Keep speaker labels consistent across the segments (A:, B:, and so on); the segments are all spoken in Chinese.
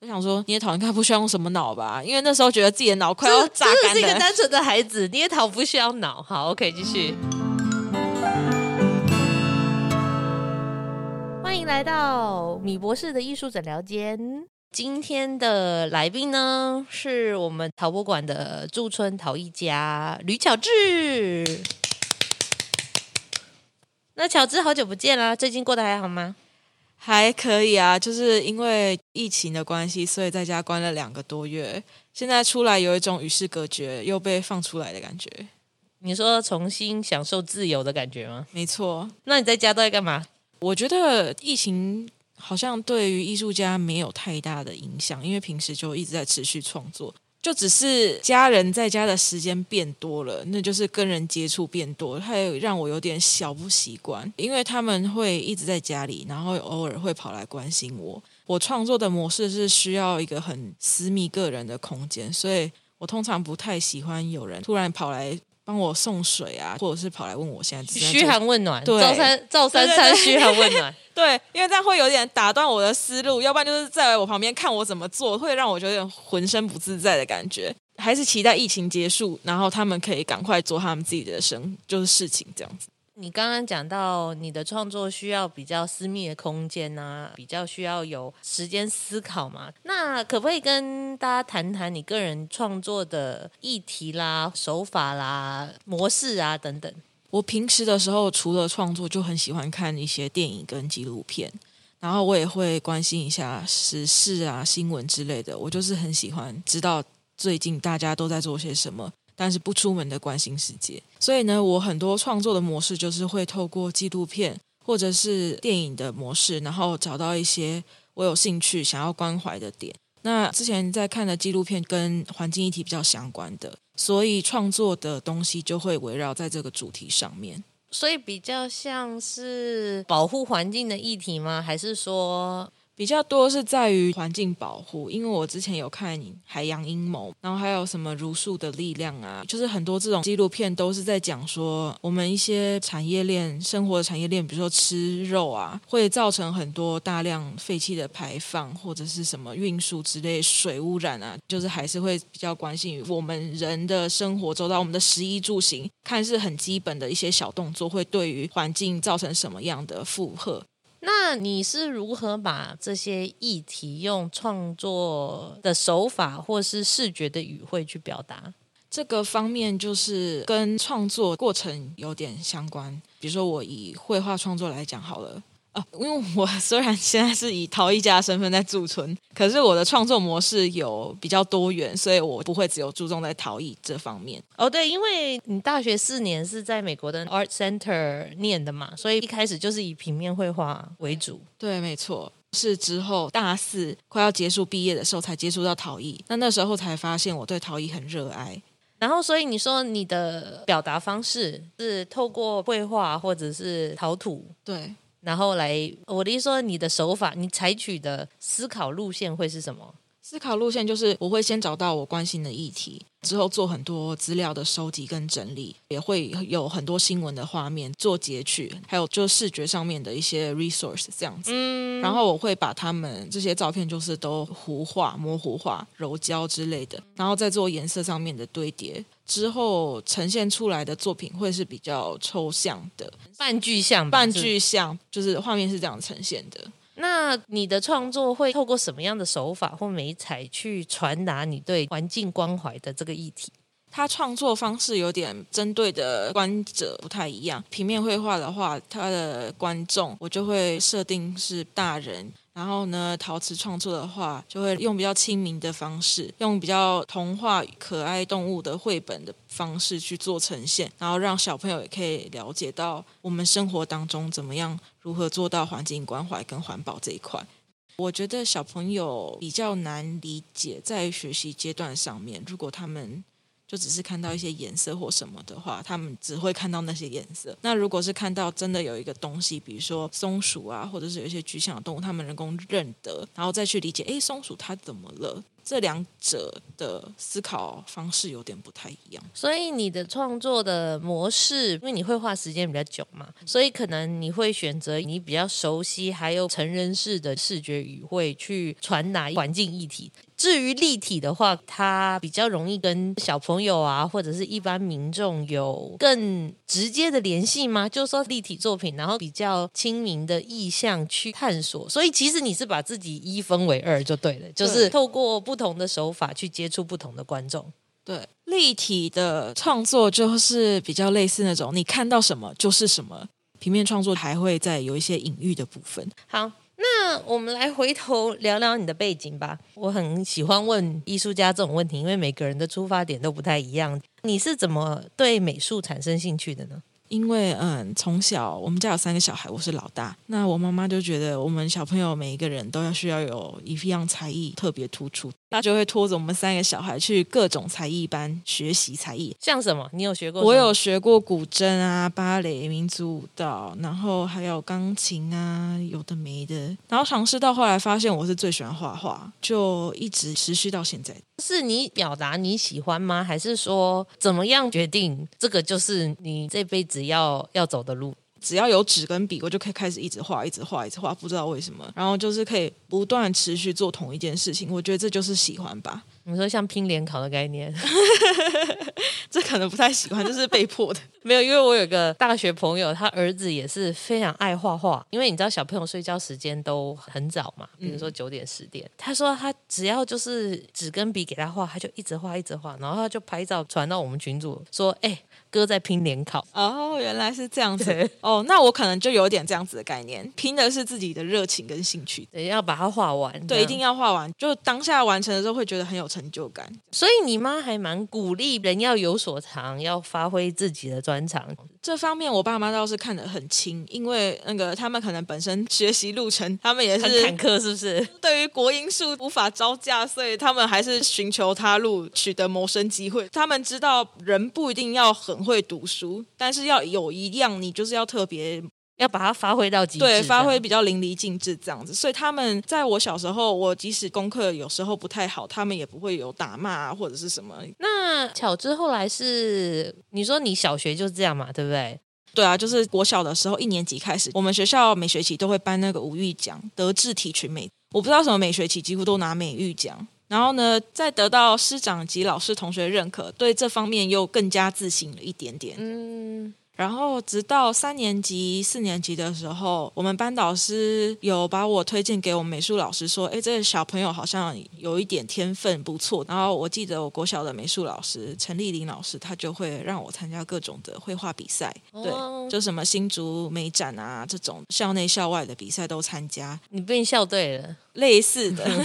A: 我想说，捏陶应该不需要用什么脑吧？因为那时候觉得自己的脑快要
B: 真
A: 榨
B: 的
A: 干
B: 是一个
A: 了。
B: 单纯的孩子，捏陶不需要脑。好，OK，继续。欢迎来到米博士的艺术诊疗间。今天的来宾呢，是我们陶博馆的驻村陶艺家吕巧智。那巧智，好久不见啦！最近过得还好吗？
A: 还可以啊，就是因为疫情的关系，所以在家关了两个多月，现在出来有一种与世隔绝，又被放出来的感觉。
B: 你说重新享受自由的感觉吗？
A: 没错，
B: 那你在家都在干嘛？
A: 我觉得疫情好像对于艺术家没有太大的影响，因为平时就一直在持续创作，就只是家人在家的时间变多了，那就是跟人接触变多了，它也让我有点小不习惯，因为他们会一直在家里，然后偶尔会跑来关心我。我创作的模式是需要一个很私密个人的空间，所以我通常不太喜欢有人突然跑来帮我送水啊，或者是跑来问我现在正在
B: 嘘
A: 做
B: 寒问暖，
A: 对
B: 赵三赵三餐
A: 对对对
B: 嘘寒 问暖。
A: 对，因为这样会有点打断我的思路，要不然就是在我旁边看我怎么做，会让我有点浑身不自在的感觉。还是期待疫情结束，然后他们可以赶快做他们自己的生，就是事情这样子。
B: 你刚刚讲到你的创作需要比较私密的空间呐、比较需要有时间思考嘛。那可不可以跟大家谈谈你个人创作的议题啦、手法啦、模式啊等等？
A: 我平时的时候，除了创作，就很喜欢看一些电影跟纪录片，然后我也会关心一下时事啊、新闻之类的。我就是很喜欢知道最近大家都在做些什么，但是不出门的关心世界。所以呢，我很多创作的模式就是会透过纪录片或者是电影的模式，然后找到一些我有兴趣想要关怀的点。那之前在看的纪录片跟环境议题比较相关的，所以创作的东西就会围绕在这个主题上面。
B: 所以比较像是保护环境的议题吗？还是说
A: 比较多是在于环境保护，因为我之前有看《海洋阴谋》，然后还有什么《如树的力量》啊，就是很多这种纪录片都是在讲说我们一些产业链、生活的产业链，比如说吃肉啊，会造成很多大量废气的排放，或者是什么运输之类、水污染啊，就是还是会比较关心于我们人的生活周到，我们的食衣住行，看似很基本的一些小动作，会对于环境造成什么样的负荷。
B: 那你是如何把这些议题用创作的手法或是视觉的语汇去表达？
A: 这个方面就是跟创作过程有点相关。比如说，我以绘画创作来讲好了。啊，因为我虽然现在是以陶艺家的身份在驻村，可是我的创作模式有比较多元，所以我不会只有注重在陶艺这方面。
B: 哦，对，因为你大学四年是在美国的 Art Center 念的嘛，所以一开始就是以平面绘画为主。
A: 对，没错，是之后大四快要结束毕业的时候才接触到陶艺，那那时候才发现我对陶艺很热爱。
B: 然后，所以你说你的表达方式是透过绘画或者是陶土，
A: 对，
B: 然后来，我的意思说你的手法，你采取的思考路线会是什么？
A: 思考路线就是我会先找到我关心的议题，之后做很多资料的收集跟整理，也会有很多新闻的画面做截取，还有就视觉上面的一些 resource 这样子。
B: 嗯，
A: 然后我会把他们这些照片就是都糊化、模糊化、柔焦之类的，然后再做颜色上面的堆叠，之后呈现出来的作品会是比较抽象的、
B: 半具象吧，
A: 半
B: 是不是
A: 具象，就是画面是这样呈现的。
B: 那你的创作会透过什么样的手法或美彩去传达你对环境关怀的这个议题？
A: 他创作方式有点针对的观者不太一样。平面绘画的话，他的观众我就会设定是大人。然后呢，陶瓷创作的话，就会用比较亲民的方式，用比较童话、可爱动物的绘本的方式去做呈现，然后让小朋友也可以了解到我们生活当中怎么样如何做到环境关怀跟环保这一块。我觉得小朋友比较难理解，在学习阶段上面，如果他们就只是看到一些颜色或什么的话，他们只会看到那些颜色。那如果是看到真的有一个东西，比如说松鼠啊，或者是有一些具象的动物，他们人工认得，然后再去理解，诶，松鼠它怎么了？这两者的思考方式有点不太一样。
B: 所以你的创作的模式，因为你绘画时间比较久嘛，所以可能你会选择你比较熟悉还有成人式的视觉语汇去传达环境议题。至于立体的话，它比较容易跟小朋友啊，或者是一般民众有更直接的联系吗？就是说立体作品，然后比较亲民的意向去探索。所以其实你是把自己一分为二就对了，就是
A: 对
B: 透过不同的手法去接触不同的观众。
A: 对，立体的创作就是比较类似那种你看到什么就是什么。平面创作还会再有一些隐喻的部分。
B: 好，那我们来回头聊聊你的背景吧。我很喜欢问艺术家这种问题，因为每个人的出发点都不太一样。你是怎么对美术产生兴趣的呢？
A: 因为嗯，从小我们家有三个小孩，我是老大。那我妈妈就觉得我们小朋友每一个人都要需要有一样才艺特别突出，她就会拖着我们三个小孩去各种才艺班学习才艺。
B: 像什么？你有学过？
A: 我有。学过古筝啊、芭蕾、民族舞蹈，然后还有钢琴啊，有的没的。然后尝试到后来发现我是最喜欢画画，就一直持续到现在。
B: 是你表达你喜欢吗？还是说怎么样决定这个就是你这辈子要要走的路？
A: 只要有纸跟笔，我就可以开始一直画，一直画，一直画，不知道为什么。然后就是可以不断持续做同一件事情，我觉得这就是喜欢吧。
B: 你说像拼联考的概念？
A: 这可能不太喜欢，就是被迫的。
B: 没有，因为我有个大学朋友，他儿子也是非常爱画画。因为你知道小朋友睡觉时间都很早嘛，比如说九点十点。他说他只要就是纸跟笔给他画，他就一直画一直画，然后他就拍照传到我们群组说：“哎、哥在拼联考。
A: 哦，原来是这样
B: 对
A: 子。哦，那我可能就有点这样子的概念，拼的是自己的热情跟兴趣”。
B: 对，要把它画完。
A: 对，一啊定
B: 要。
A: 要画完，就当下完成的时候会觉得很有成就感。
B: 所以你妈还蛮鼓励人要有所长，要发挥自己的专长。
A: 这方面我爸妈倒是看得很清，因为那个他们可能本身学习路程，他们也
B: 很
A: 是
B: 坎坷，是不是？
A: 对于国英数无法招架，所以他们还是寻求他路，取得谋生机会。他们知道人不一定要很会读书，但是要有一样你就是要特别
B: 要把它发挥到极致。
A: 对发
B: 这
A: 挥
B: 样。
A: 比较淋漓尽致这样子。所以他们在我小时候，我即使功课有时候不太好，他们也不会有打骂、啊、或者是什么。
B: 那巧之后来是你说你小学就是这样嘛，对不对？
A: 对啊，就是国小的时候一年级开始，我们学校每学期都会颁那个五育奖，德智体群美。我不知道为什么每学期几乎都拿美育奖。然后呢，再得到师长及老师同学认可，对这方面又更加自信了一点点。
B: 嗯，
A: 然后直到三年级、四年级的时候，我们班导师有把我推荐给我们美术老师，说：“哎，这个小朋友好像有一点天分，不错。”然后我记得我国小的美术老师陈丽玲老师，她就会让我参加各种的绘画比赛，
B: 哦
A: 对，就什么新竹美展啊这种校内校外的比赛都参加，
B: 你被校对了，
A: 类似的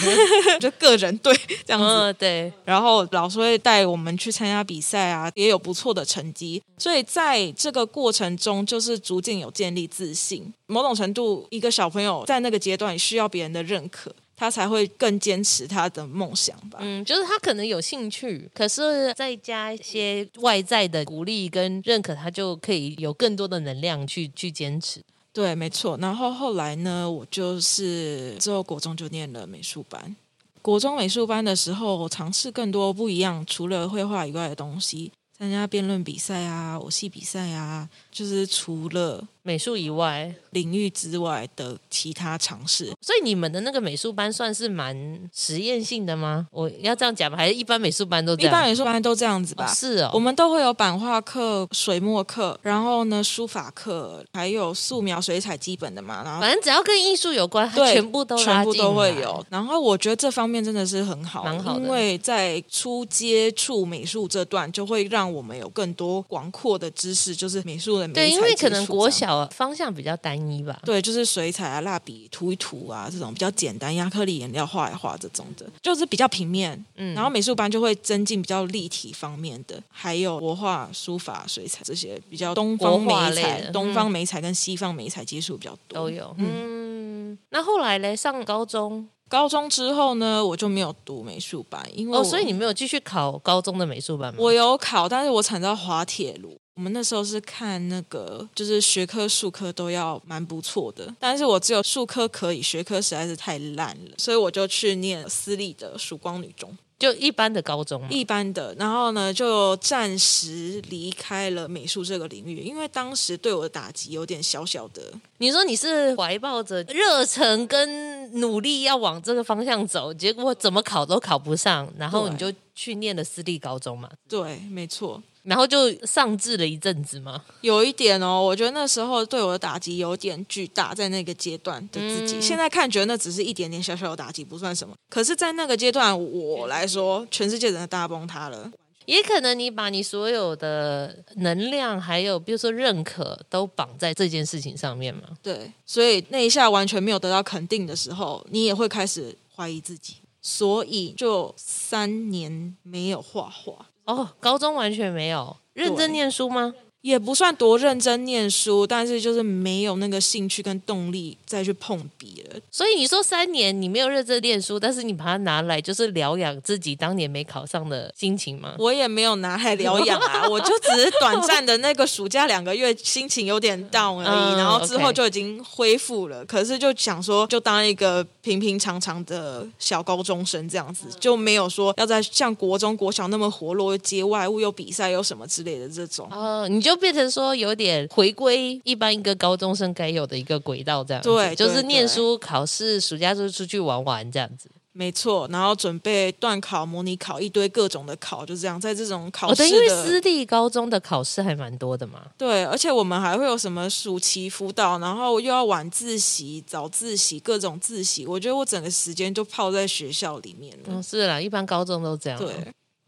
A: 就个人队 这样子。
B: 嗯，对，
A: 然后老师会带我们去参加比赛啊，也有不错的成绩，所以在这个过程中，就是逐渐有建立自信。某种程度，一个小朋友在那个阶段需要别人的认可，他才会更坚持他的梦想吧。
B: 嗯，就是他可能有兴趣，可是再加一些外在的鼓励跟认可，他就可以有更多的能量去去坚持。
A: 对，没错。然后后来呢，我就是之后国中就念了美术班。国中美术班的时候，我尝试更多不一样，除了绘画以外的东西，参加辩论比赛啊、舞戏比赛啊，就是除了
B: 美术以外，
A: 领域之外的其他尝试。
B: 所以你们的那个美术班算是蛮实验性的吗？我要这样讲吧，还是一般美术班都这
A: 一
B: 样？
A: 般美术班都这样子吧。
B: 哦是哦，
A: 我们都会有版画课、水墨课，然后呢书法课，还有素描、水彩基本的嘛，然后
B: 反正只要跟艺术有关，它
A: 对
B: 全部都拉
A: 全部
B: 进
A: 都会
B: 来
A: 有。。然后我觉得这方面真的是很好，
B: 蛮好的
A: 因为在初接触美术这段，就会让我们有更多广阔的知识，就是美术的美
B: 对，因
A: 材
B: 为
A: 接
B: 可能
A: 触
B: 国
A: 这样。
B: 小方向比较单一吧。
A: 对，就是水彩啊、蜡笔涂一涂啊，这种比较简单，亚克力颜料画一画这种的，就是比较平面。
B: 嗯，
A: 然后美术班就会增进比较立体方面的，还有国画、书法、水彩这些比较东方
B: 国画
A: 美
B: 类
A: 材
B: 的、嗯
A: 东方美材跟西方美材接触比较多。
B: 都有。嗯，那后来嘞，上高中
A: 高中之后呢，我就没有读美术班，因为
B: 哦，
A: 我
B: 所以你没有继续考高中的美术班吗？
A: 我有考，但是我惨遭滑铁卢。我们那时候是看那个，就是学科、数科都要蛮不错的，但是我只有数科可以，学科实在是太烂了，所以我就去念私立的曙光女中。
B: 就一般的高中嘛。
A: 一般的，然后呢，就暂时离开了美术这个领域，因为当时对我的打击有点小小的。
B: 你说你是怀抱着热忱跟努力要往这个方向走，结果怎么考都考不上，然后你就去念了私立高中嘛，
A: 对，没错，
B: 然后就上志了一阵子嘛。
A: 有一点哦，我觉得那时候对我的打击有点巨大，在那个阶段的自己，现在看觉得那只是一点点小小的打击，不算什么。可是，在那个阶段，我来说，全世界人都大崩塌了。
B: 也可能你把你所有的能量，还有比如说认可，都绑在这件事情上面嘛。
A: 对，所以那一下完全没有得到肯定的时候，你也会开始怀疑自己。所以就三年没有画画，
B: 哦，高中完全没有认真念书吗？
A: 也不算多认真念书，但是就是没有那个兴趣跟动力再去碰笔了。
B: 所以你说三年你没有认真念书，但是你把它拿来就是疗养自己当年没考上的心情吗？
A: 我也没有拿来疗养 啊，我就只是短暂的那个暑假两个月心情有点 down 而已，
B: 嗯
A: 然后之后
B: OK
A: 就已经恢复了。可是就想说，就当一个平平常常的小高中生这样子，就没有说要在像国中、国小那么活络，又接外物又比赛又什么之类的这种。
B: 哦，你就变成说有点回归一般一个高中生该有的一个轨道这样子，
A: 对
B: 就
A: 对
B: 是念
A: 对
B: 书、考试、暑假就出去玩玩这样子。
A: 没错，然后准备段考、模拟考，一堆各种的考，就这样。在这种考
B: 哦，
A: 试
B: 对，因为
A: 的、
B: 私立高中的考试还蛮多的嘛。
A: 对，而且我们还会有什么暑期辅导，然后又要晚自习、早自习，各种自习。我觉得我整个时间就泡在学校里面了。
B: 嗯，是啦，一般高中都这样。
A: 对，，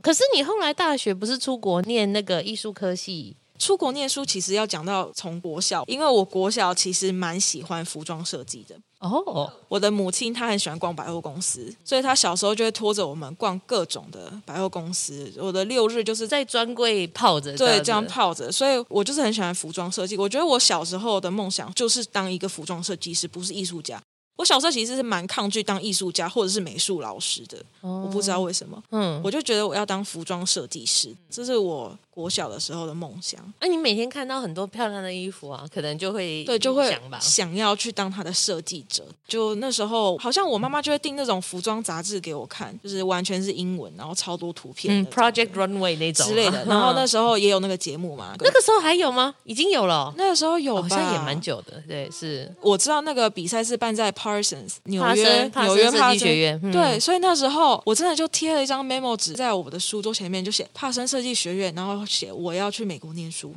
B: 可是你后来大学不是出国念那个艺术科系？
A: 出国念书其实要讲到从国校，因为我国校其实蛮喜欢服装设计的。
B: 哦，
A: 我的母亲她很喜欢逛百货公司，所以她小时候就会拖着我们逛各种的百货公司。我的六日就是
B: 在专柜泡着，
A: 对，这
B: 这
A: 样
B: 样子。
A: 泡着，所以我就是很喜欢服装设计。我觉得我小时候的梦想就是当一个服装设计师，不是艺术家。我小时候其实是蛮抗拒当艺术家或者是美术老师的，我不知道为什么，
B: 嗯，
A: 我就觉得我要当服装设计师，这是我国小的时候的梦想。
B: 那、你每天看到很多漂亮的衣服啊，可能就会
A: 对，就会
B: 想吧。
A: 想要去当他的设计者。就那时候，好像我妈妈就会订那种服装杂志给我看，就是完全是英文，然后超多图片
B: 嗯
A: 的
B: ，Project Runway 那种啊
A: 之类的。然 后那
B: 嗯
A: 时候也有那个节目嘛，
B: 那个时候还有吗？已经有了哦、
A: 那时候有吧，
B: 好像也蛮久的，对，是
A: 我知道那个比赛是办在 Parsons 纽
B: 帕
A: 约
B: 森帕
A: 纽约
B: 森设
A: 帕
B: 计
A: 森
B: 学院嗯
A: 对，所以那时候我真的就贴了一张 memo 纸在我的书桌前面，就写帕森设计学院，然后写我要去美国念书。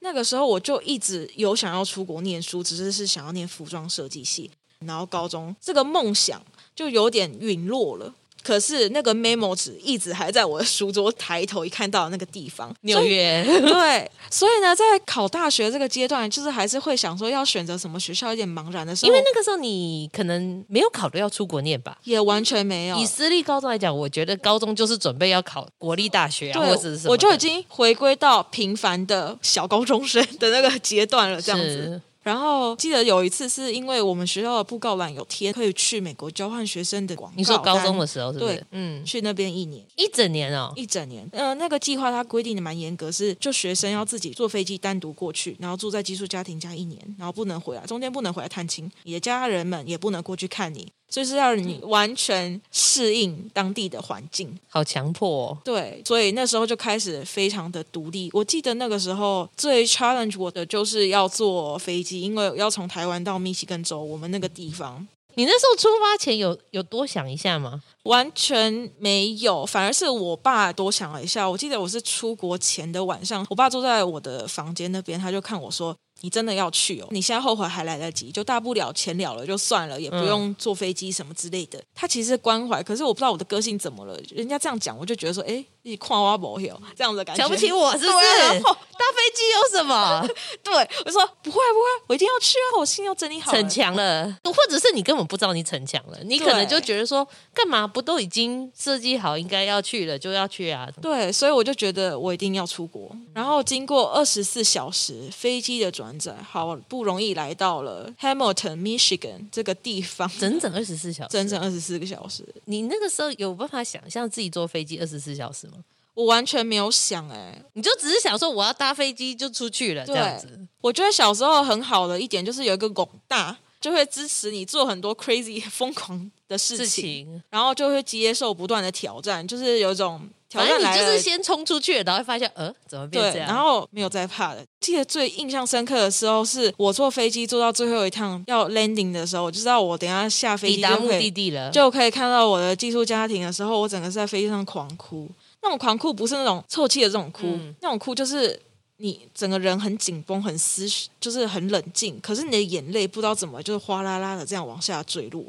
A: 那个时候我就一直有想要出国念书，只是是想要念服装设计系，然后高中这个梦想就有点陨落了。可是那个 memo 纸一直还在我的书桌，抬头一看到那个地方，
B: 纽 约。
A: 对，所以呢，在考大学这个阶段，就是还是会想说要选择什么学校，有点茫然的时候，
B: 因为那个时候你可能没有考虑要出国念吧。
A: 也完全没有。
B: 以私立高中来讲，我觉得高中就是准备要考国立大学啊，或者是什
A: 对，
B: 么
A: 我就已
B: 的
A: 经回归到平凡的小高中生的那个阶段了，这样子。
B: 是
A: 然后记得有一次是因为我们学校的布告栏有贴可以去美国交换学生的广告，
B: 你说高中的时候是不是
A: 对？
B: 嗯，
A: 去那边一年。
B: 一整年哦，
A: 一整年，呃，那个计划它规定的蛮严格，是就学生要自己坐飞机单独过去，然后住在寄宿家庭家一年，然后不能回来，中间不能回来探亲，你的家人们也不能过去看你，就是要你完全适应当地的环境。
B: 好强迫哦。
A: 对，所以那时候就开始非常的独立。我记得那个时候最 challenge 我的就是要坐飞机，因为要从台湾到密西根州，我们那个地方
B: 你那时候出发前有有多想一下吗？
A: 完全没有，反而是我爸多想了一下。我记得我是出国前的晚上，我爸坐在我的房间那边，他就看我说：“你真的要去哦？你现在后悔还来得及，就大不了钱了了就算了，也不用坐飞机什么之类的。他其实是关怀，可是我不知道我的个性怎么了，人家这样讲，我就觉得说：“哎，你跨挖不有这样子的感觉，
B: 瞧不起我是不是？
A: 对啊然后
B: 搭飞机有什么
A: 对，我说不会不会，我一定要去啊！我心要整理好了。
B: 逞强了？或者是你根本不知道你逞强了，你可能就觉得说，干嘛不都已经设计好应该要去了就要去啊？
A: 对，所以我就觉得我一定要出国。然后经过二十四小时飞机的转载，好不容易来到了 Hamilton, Michigan 这个地方，
B: 整整二十四小时，
A: 整整二十四个小时，
B: 你那个时候有办法想象自己坐飞机二十四小时吗？
A: 我完全没有想哎、
B: 你就只是想说我要搭飞机就出去了这
A: 对
B: 样子，
A: 我觉得小时候很好的一点就是有一个拱大，就会支持你做很多 crazy 疯狂的事
B: 事
A: 情，
B: 情。
A: 然后就会接受不断的挑战，就是有一种挑
B: 反
A: 战
B: 正你
A: 来
B: 就
A: 了
B: 是先冲出去，然后发现，呃，怎么变
A: 对，
B: 这样？
A: 然后没有再怕了。记得最印象深刻的时候是我坐飞机坐到最后一趟要 landing 的时候，我就知道我等一下下飞
B: 抵
A: 机
B: 达
A: 就
B: 目
A: 可以
B: 的地了，
A: 就可以看到我的寄宿家庭的时候，我整个是在飞机上狂哭。那种狂哭不是那种啜泣的这种哭，
B: 嗯
A: 那种哭就是你整个人很紧绷、很思绪，就是很冷静，可是你的眼泪不知道怎么就是哗啦啦的这样往下坠落。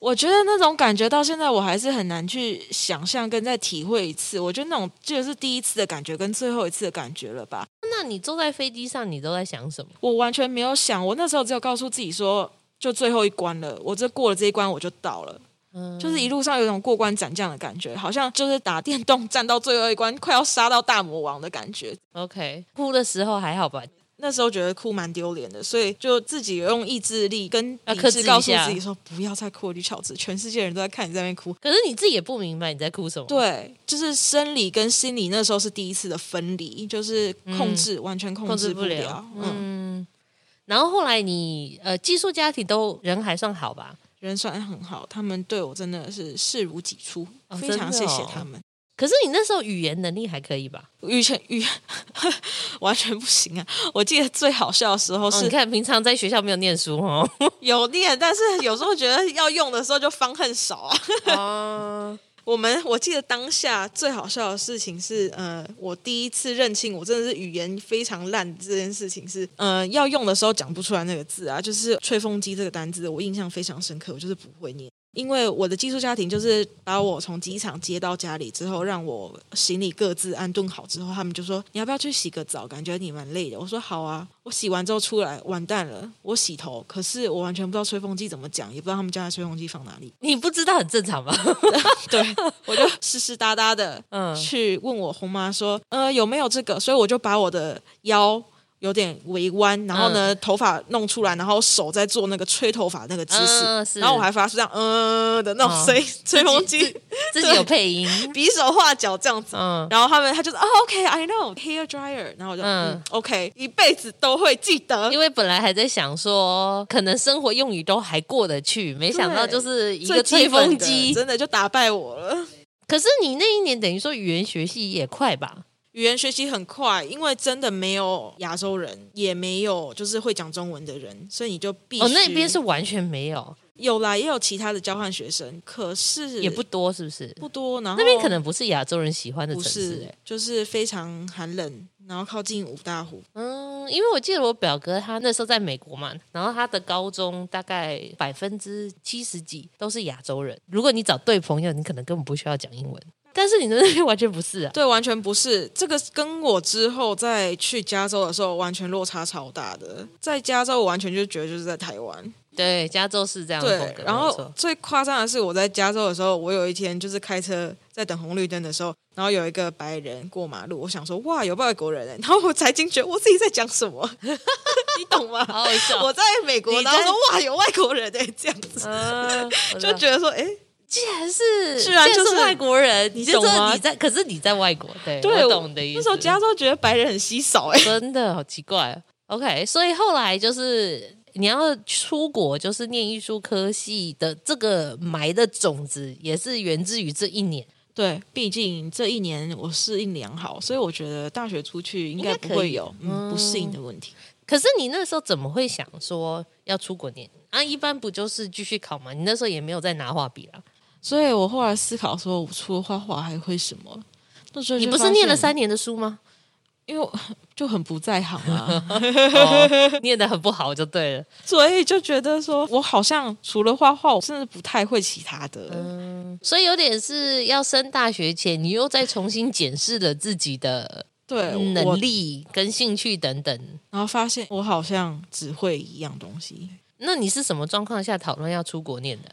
A: 我觉得那种感觉到现在我还是很难去想象跟再体会一次。我觉得那种就是第一次的感觉跟最后一次的感觉了吧。
B: 那你坐在飞机上，你都在想什么？
A: 我完全没有想，我那时候只有告诉自己说，就最后一关了，我这过了这一关我就到了。
B: 嗯，
A: 就是一路上有一种过关斩将的感觉，好像就是打电动战到最后一关，快要杀到大魔王的感觉。
B: OK，哭的时候还好吧？
A: 那时候觉得哭蛮丢脸的，所以就自己用意志力跟
B: 要
A: 理
B: 克制
A: 智
B: 一
A: 告诉
B: 下
A: 自己说，不要再哭，吕巧子，全世界人都在看你在那边哭。
B: 可是你自己也不明白你在哭什么。，
A: 对，就是生理跟心理那时候是第一次的分离，就是控制、完全控
B: 嗯控制
A: 制
B: 不
A: 不
B: 了。
A: 嗯，
B: 嗯，然后后来你呃寄宿家庭都人还算好吧？
A: 人算很好，他们对我真的是视如己出，
B: 哦
A: 非常
B: 真
A: 谢
B: 的哦
A: 谢他们。
B: 可是你那时候语言能力还可以吧？
A: 语前语 完全不行啊！我记得最好笑的时候
B: 哦，
A: 是
B: 你看平常在学校没有念书哦。
A: 有念，但是有时候觉得要用的时候就方恨少啊。
B: 哦，
A: 我们我记得当下最好笑的事情是，呃，我第一次认清我真的是语言非常烂这件事情是，呃，要用的时候讲不出来那个字啊，就是吹风机这个单字，我印象非常深刻，我就是不会念。因为我的寄宿家庭就是把我从机场接到家里之后，让我行李各自安顿好之后，他们就说你要不要去洗个澡，感觉你蛮累的。我说好啊，我洗完之后出来，完蛋了，我洗头，可是我完全不知道吹风机怎么讲，也不知道他们家的吹风机放哪里。
B: 你不知道很 正常吧？
A: 对，我 就湿湿哒哒的，
B: 嗯
A: 去问我红妈说，呃，有没有这个？所以我就把我的腰有点围弯，然后
B: 嗯
A: 呢，头发弄出来，然后手在做那个吹头发那个姿势，
B: 嗯是
A: 然后我还发出这样嗯、呃、的那
B: 哦
A: 种吹、 吹风 机，
B: 自己有配音。
A: 比手画脚这样子。
B: 嗯，
A: 然后他们他就说哦，OK，I、know hair dryer，然后我就
B: 嗯
A: 嗯 OK，一辈子都会记得
B: 因。为本来还在想说，可能生活用语都还过得去，没想到就是一个
A: 最
B: 吹
A: 基本
B: 风
A: 的
B: 机。
A: 真的就打败我了。
B: 可是你那一年等于说语言学习也快吧？
A: 语言学习很快，因为真的没有亚洲人，也没有就是会讲中文的人，所以你就必须。
B: 哦，那边是完全没有，
A: 有啦，也有其他的交换学生，可是
B: 也不多，是不是？
A: 不多。然后
B: 那边可能不是亚洲人喜欢的
A: 不
B: 城市、
A: 是
B: 欸，
A: 就是非常寒冷，然后靠近五大湖。
B: 嗯，因为我记得我表哥他那时候在美国嘛，然后他的高中大概百分之七十几都是亚洲人。如果你找对朋友，你可能根本不需要讲英文，但是你的那边 完全不是啊。
A: 对，完全不是这个，跟我之后再去加州的时候完全落差超大的。在加州，我完全就觉得就是在台湾。
B: 对，加州是这样的风
A: 对
B: 格，，
A: 然
B: 没
A: 后
B: 错
A: 最夸张的是，我在加州的时候，我有一天就是开车在等红绿灯的时候，然后有一个白人过马路，我想说哇，有外国人欸，然后我才惊觉我自己在讲什么， 你懂吗？
B: 好好笑
A: 哦我在美国，
B: 你在
A: 然后说哇，有外国人哎，这样子
B: 嗯，
A: 就
B: 就
A: 觉得说，哎，
B: 既然是，
A: 居然
B: 既
A: 就是是
B: 外国人，
A: 你
B: 就
A: 懂
B: 是
A: 吗
B: 你在，可是你在外国，对，
A: 对，
B: 我
A: 我
B: 懂的意思。
A: 那时候加州觉得白人很稀少哎，
B: 真的好奇怪哦。OK，所以后来就是你要出国，就是念艺术科系的这个埋的种子，也是源自于这一年，
A: 对，毕竟这一年我适应良好，所以我觉得大学出去应
B: 该
A: 该不
B: 可
A: 会
B: 以
A: 有嗯不适应的问题。
B: 可是你那时候怎么会想说要出国念？啊，一般不就是继续考吗？你那时候也没有再拿画笔啦。
A: 所以我后来思考说，我除了画画还会什么？那时候
B: 你
A: 就
B: 不
A: 发
B: 是念了
A: 现
B: 三年的 书吗？
A: 因为我就很不在行啊，
B: 哦、念得很不好就对了。
A: 所以就觉得说我好像除了画画，我真的不太会其他的。
B: 嗯所以有点是要升大学前，你又再重新检视了自己的
A: 对，
B: 能
A: 呃我
B: 力跟兴趣等等。
A: 然后发现我好像只会一样东西。
B: 那你是什么状况下讨论要出国念的？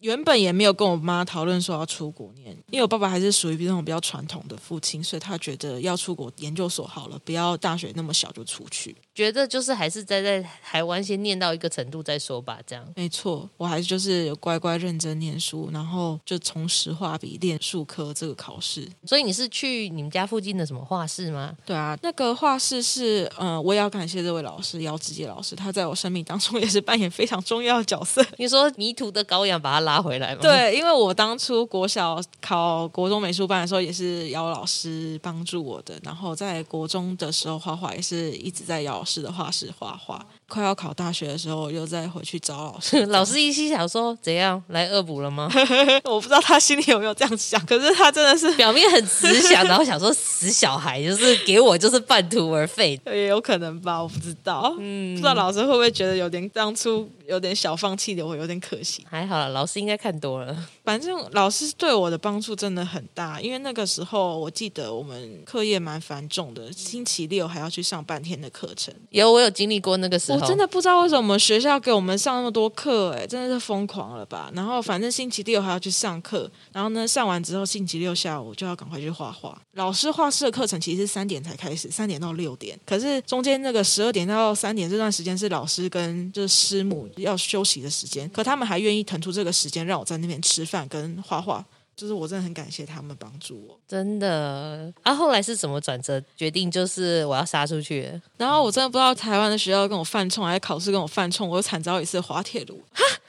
A: 原本也没有跟我妈讨论说要出国念，因为我爸爸还是属于那种比较传统的父亲，所以他觉得要出国研究所好了，不要大学那么小就出去。
B: 觉得就是还是在在台湾先念到一个程度再说吧，这样。
A: 没错，我还是就是有乖乖认真念书，然后就重拾画笔练术科这个考试。
B: 所以你是去你们家附近的什么画室吗？
A: 对啊，那个画室是，呃，我也要感谢这位老师 姚志杰老师，他在我生命当中也是扮演非常重要的角色。
B: 你说迷途的羔羊把它拉拉回来吗？，。
A: 对，因为我当初国小考国中美术班的时候，也是姚老师帮助我的。然后在国中的时候画画，也是一直在姚老师的画室画画。快要考大学的时候，我又再回去找老师
B: 老师一心想说怎样来恶补了吗？
A: 我不知道他心里有没有这样想，可是他真的是
B: 表面很慈祥，然后想说死小孩，就是给我就是半途而废。
A: 也有可能吧，我不知道。嗯，不知道老师会不会觉得有点当初有点小放弃的我有点可惜。
B: 还好啦，老师应该看多了。
A: 反正老师对我的帮助真的很大，因为那个时候我记得我们课业蛮繁重的，星期六还要去上半天的课程。
B: 有我有经历过那个时候，
A: 我真的不知道为什么学校给我们上那么多课，哎，真的是疯狂了吧？然后反正星期六还要去上课，然后呢上完之后，星期六下午就要赶快去画画。老师画室的课程其实是三点才开始，三点到六点，可是中间那个十二点到三点这段时间是老师跟就是师母要休息的时间，可他们还愿意腾出这个时间让我在那边吃饭跟画画。就是我真的很感谢他们帮助我，
B: 真的啊！后来是什么转折决定就是我要杀出去了？
A: 然后我真的不知道台湾的学校跟我犯冲，还是考试跟我犯冲，我又惨遭一次滑铁卢。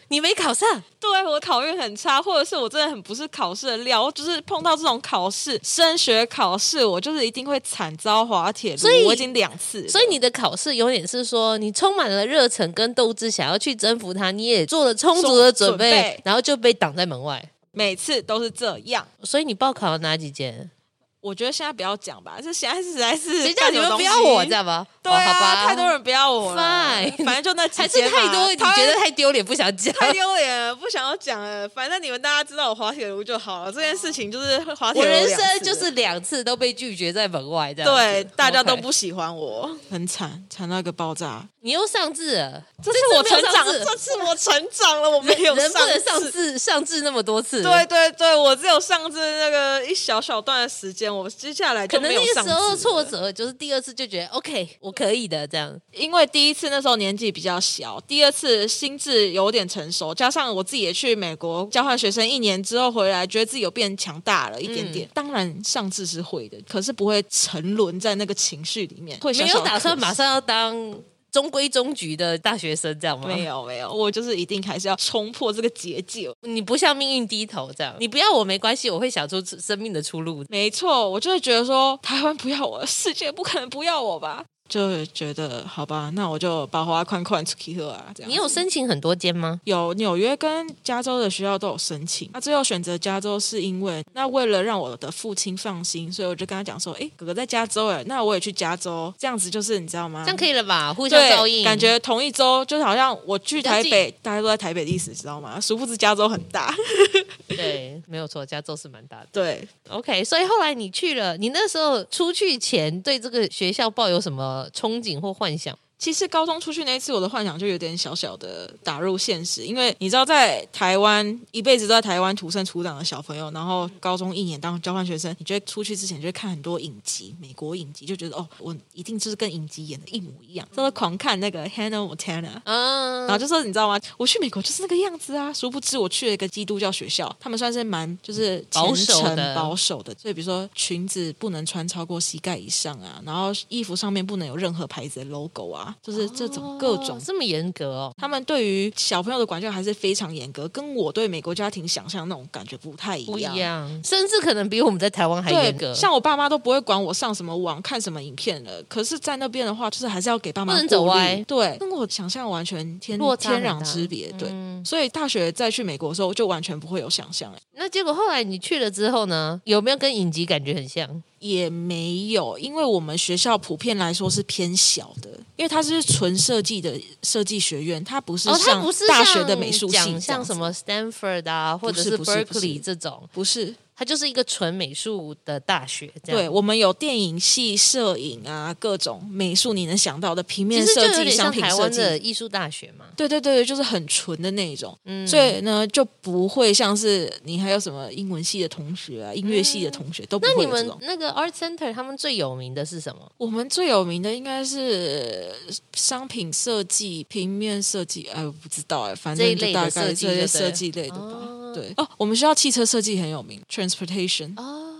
B: 你没考上，
A: 对我考运很差，或者是我真的很不是考试的料，我就是碰到这种考试，升学考试，我就是一定会惨遭滑铁卢。
B: 所以
A: 我已经两次了，
B: 所以你的考试有点是说你充满了热忱跟斗志，想要去征服它，你也做了充足的准
A: 准
B: 备，
A: 备
B: 然后就被挡在门外。
A: 每次都是这样。
B: 所以你报考了哪几间？
A: 我觉得现在不要讲吧，这现在是实在是
B: 谁叫你们不要我，知道吧？
A: 对
B: 哦好
A: 啊，
B: 吧，
A: 太多人不要我了
B: Fine
A: 反正就那几
B: 还是
A: 间嘛
B: 太多，你觉得
A: 台湾
B: 太丢脸，不想讲。
A: 太丢脸了，不想要讲了。反正你们大家知道我滑铁卢就好了，这件事情就是滑铁
B: 我
A: 卢两
B: 人
A: 次了。
B: 生就是两次都被拒绝在门外，这样子
A: 对，大家都。
B: OK
A: 不喜欢我，很惨，惨到一个爆炸。
B: 你又上智了，
A: 这是我成长，
B: 这次没有上
A: 这次我成长了，我没有
B: 人不能
A: 上次。
B: 上智上智那么多次。
A: 对，对对，我只有上次那个一小小段的时间，我接下来
B: 可
A: 就
B: 能
A: 没有
B: 那
A: 上
B: 个时候
A: 次
B: 挫
A: 了，
B: 折，就是第二次就觉得 OK，我可以的这样。
A: 因为第一次那时候年纪比较小，第二次心智有点成熟，加上我自己也去美国交换学生一年之后回来，觉得自己有变强大了一点
B: 嗯
A: 点。当然上次是会的，可是不会沉沦在那个情绪里面，会小
B: 没
A: 小
B: 有
A: 地
B: 打
A: 可
B: 算
A: 惜
B: 马上要当中规中矩的大学生这样吗？
A: 没，有没有，我就是一定还是要冲破这个结界，
B: 你不向命运低头这样，你不要我没关系，我会想出生命的出路。
A: 没错，我就会觉得说，台湾不要我，世界不可能不要我吧？ 就觉得好吧，那我就把花款款出去喝啊，这样。
B: 你有申请很多间吗？
A: 有纽约跟加州的学校都有申请，那最后选择加州是因为，那为了让我的父亲放心，所以我就跟他讲说，诶，哥哥在加州诶，那我也去加州，这样子就是你知道吗？
B: 这样可以了吧？互相照
A: 对，
B: 应，
A: 感觉同一周就好像我去台
B: 比较
A: 北，大家都在台北的意思，知道吗？殊不知加州很大，
B: 对，没有错，加州是蛮大的。
A: 对，
B: OK，所以后来你去了，你那时候出去前对这个学校抱有什么憧憬或幻想？
A: 其实高中出去那一次，我的幻想就有点小小的打入现实，因为你知道，在台湾一辈子都在台湾土生土长的小朋友，然后高中一年当交换学生，你就会出去之前就会看很多影集，美国影集，就觉得哦，我一定就是跟影集演的一模一样，都是狂看那个 Hannah Montana。
B: 嗯
A: 然后就说你知道吗？我去美国就是那个样子啊！殊不知我去了一个基督教学校，他们算是蛮就是虔
B: 嗯保守
A: 诚
B: 的
A: 保守的，所以比如说裙子不能穿超过膝盖以上啊，然后衣服上面不能有任何牌子的 logo 啊，就是这种各种。
B: 哦这么严格哦。
A: 他们对于小朋友的管教还是非常严格，跟我对美国家庭想象那种感觉不太一
B: 不一
A: 样。
B: 样，甚至可能比我们在台湾还严格
A: 对，。像我爸妈都不会管我上什么网、看什么影片了。可是，在那边的话，就是还是要给爸妈
B: 不能走
A: 顾虑
B: 歪
A: 对，跟我想象完全天
B: 落差
A: 天
B: 很大
A: 壤之别。对，
B: 嗯
A: 所以大学再去美国的时候，就完全不会有想象了，欸
B: 那结果后来你去了之后呢，有没有跟影集感觉很像？
A: 也没有，因为我们学校普遍来说是偏小的，因为它是纯设计的设计学院，它不是
B: 哦，它
A: 像
B: 不是
A: 大
B: 像
A: 学的美术系
B: 讲
A: 这样
B: 像
A: 子
B: 什么 Stanford 啊，或者
A: 不是不是不是
B: Berkeley 这种，
A: 不是，
B: 它就是一个纯美术的大学。这样
A: 对，我们有电影系、摄影啊，各种美术你能想到的平面
B: 其实就
A: 设
B: 有
A: 计、
B: 点
A: 商
B: 像
A: 品
B: 台
A: 设
B: 湾
A: 计，
B: 的艺术大学嘛。
A: 对对对，就是很纯的那一种，
B: 嗯
A: 所以呢就不会像是你还有什么英文系的同学啊、音乐系的同学、都不
B: 嗯那
A: 会
B: 你
A: 有这
B: 们
A: 种。
B: 那个 Art Center 他们最有名的是什么？
A: 我们最有名的应该是商品设计、平面设计，哎，我不知道哎，反
B: 这一
A: 正就
B: 类
A: 大
B: 的设
A: 概这
B: 计
A: 些
B: 就对了
A: 设计类的吧。
B: 哦
A: 对哦，我们学校汽车设计很有名，transportation，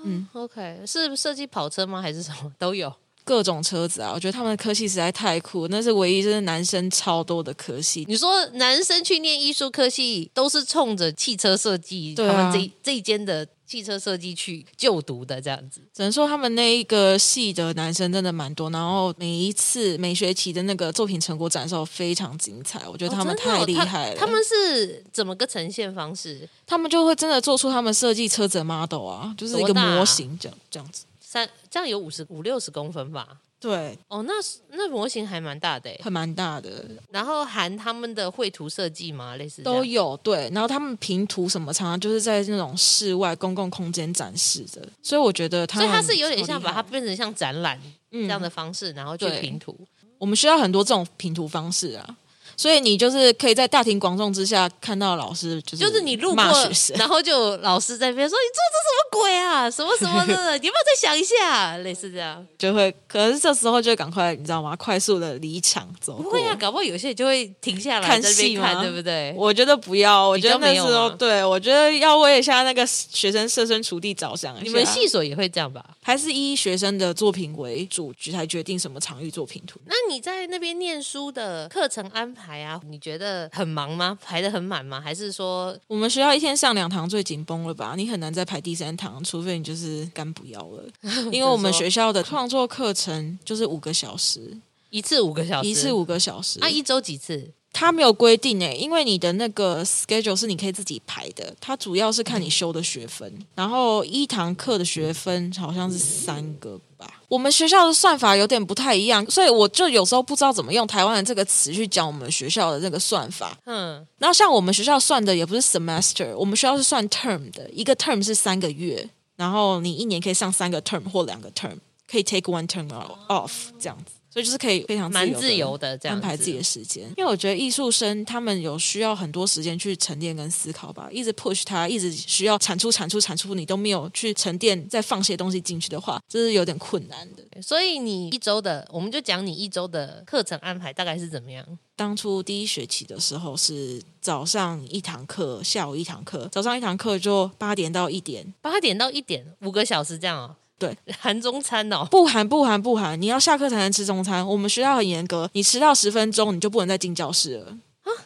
B: 嗯哦，OK，是设计跑车吗？还是什么都有？
A: 各种车子啊，我觉得他们的科系实在太酷，那是唯一就是男生超多的科系。
B: 你说男生去念艺术科系，都是冲着汽车设计，
A: 对啊
B: 他们这一这一间的汽车设计去就读的这样子。
A: 只能说他们那一个系的男生真的蛮多，然后每一次每学期的那个作品成果展售非常精彩，我觉得他们
B: 哦真的哦
A: 太厉害了。
B: 他他们是怎么个呈现方式？
A: 他们就会真的做出他们设计车子的 model 啊，就是一
B: 多
A: 个
B: 大啊
A: 模型这样这样子。
B: 三这样有五十五六十公分吧？
A: 对，
B: 哦，那是那模型还蛮大的欸。
A: 还蛮大的，
B: 然后含他们的绘图设计吗？类似这样
A: 都有对。然后他们平图什么，常常就是在那种室外公共空间展示的，所以我觉得他
B: 所
A: 们
B: 以它是有点
A: 超厉
B: 像把
A: 害
B: 它变成像展览这
A: 嗯
B: 样的方式，然后去
A: 对
B: 平涂。
A: 我们需要很多这种拼图方式啊，所以你就是可以在大庭广众之下看到老师，就是
B: 就是你路过
A: 骂学，生，
B: 然后就有老师在那边说：“你做这什么鬼啊？什么什么 的，你要不要再想一下？”类似这样，
A: 就会，可是这时候就会赶快，你知道吗？快速的离场走
B: 不
A: 过。
B: 会啊，搞不好有些人就会停下来
A: 看
B: 在那边
A: 戏吗
B: 看，对不对？
A: 我觉得不要，我觉得
B: 比较
A: 那
B: 没
A: 时
B: 有啊
A: 候
B: 吗
A: 对我觉得要为一下那个学生设身处地着想一下。
B: 你们系所也会这样吧？
A: 还是以学生的作品为主，才决定什么场域做拼图。
B: 那你在那边念书的课程安排啊，你觉得很忙吗？排得很满吗？还是说
A: 我们学校一天上两堂最紧绷了吧？你很难再排第三堂，除非你就是干不要了。因为我们学校的创作课程就是五个小时，
B: 一次五个小时？
A: 一次五个小时。
B: 啊，一周几次？
A: 它没有规定诶、因为你的那个 schedule 是你可以自己排的，它主要是看
B: 嗯
A: 你修的学分，然后一堂课的学分好像是三个吧。我们学校的算法有点不太一样，所以我就有时候不知道怎么用台湾的这个词去讲我们学校的这个算法。
B: 嗯，
A: 然后像我们学校算的也不是 semester，我们学校是算 term 的，一个 term 是三个月，然后你一年可以上三个 term 或两个 term，可以 take one term off 这样子，所以就是可以非常
B: 蛮
A: 地
B: 自由的，这样
A: 安排
B: 子
A: 自己的时间，因为我觉得艺术生他们有需要很多时间去沉淀跟思考吧，一直 push 他，一直需要产出产出产出，你都没有去沉淀再放些东西进去的话，这是有点困难的。
B: 所以你一周的，我们就讲你一周的课程安排大概是怎么样？
A: 当初第一学期的时候是早上一堂课，下午一堂课，早上一堂课就八点到一点，
B: 八点到一点，五个小时这样哦。
A: 对，
B: 含中餐哦。
A: 不含不含不含，你要下课才能吃中餐。我们学校很严格，你迟到十分钟你就不能再进教室了。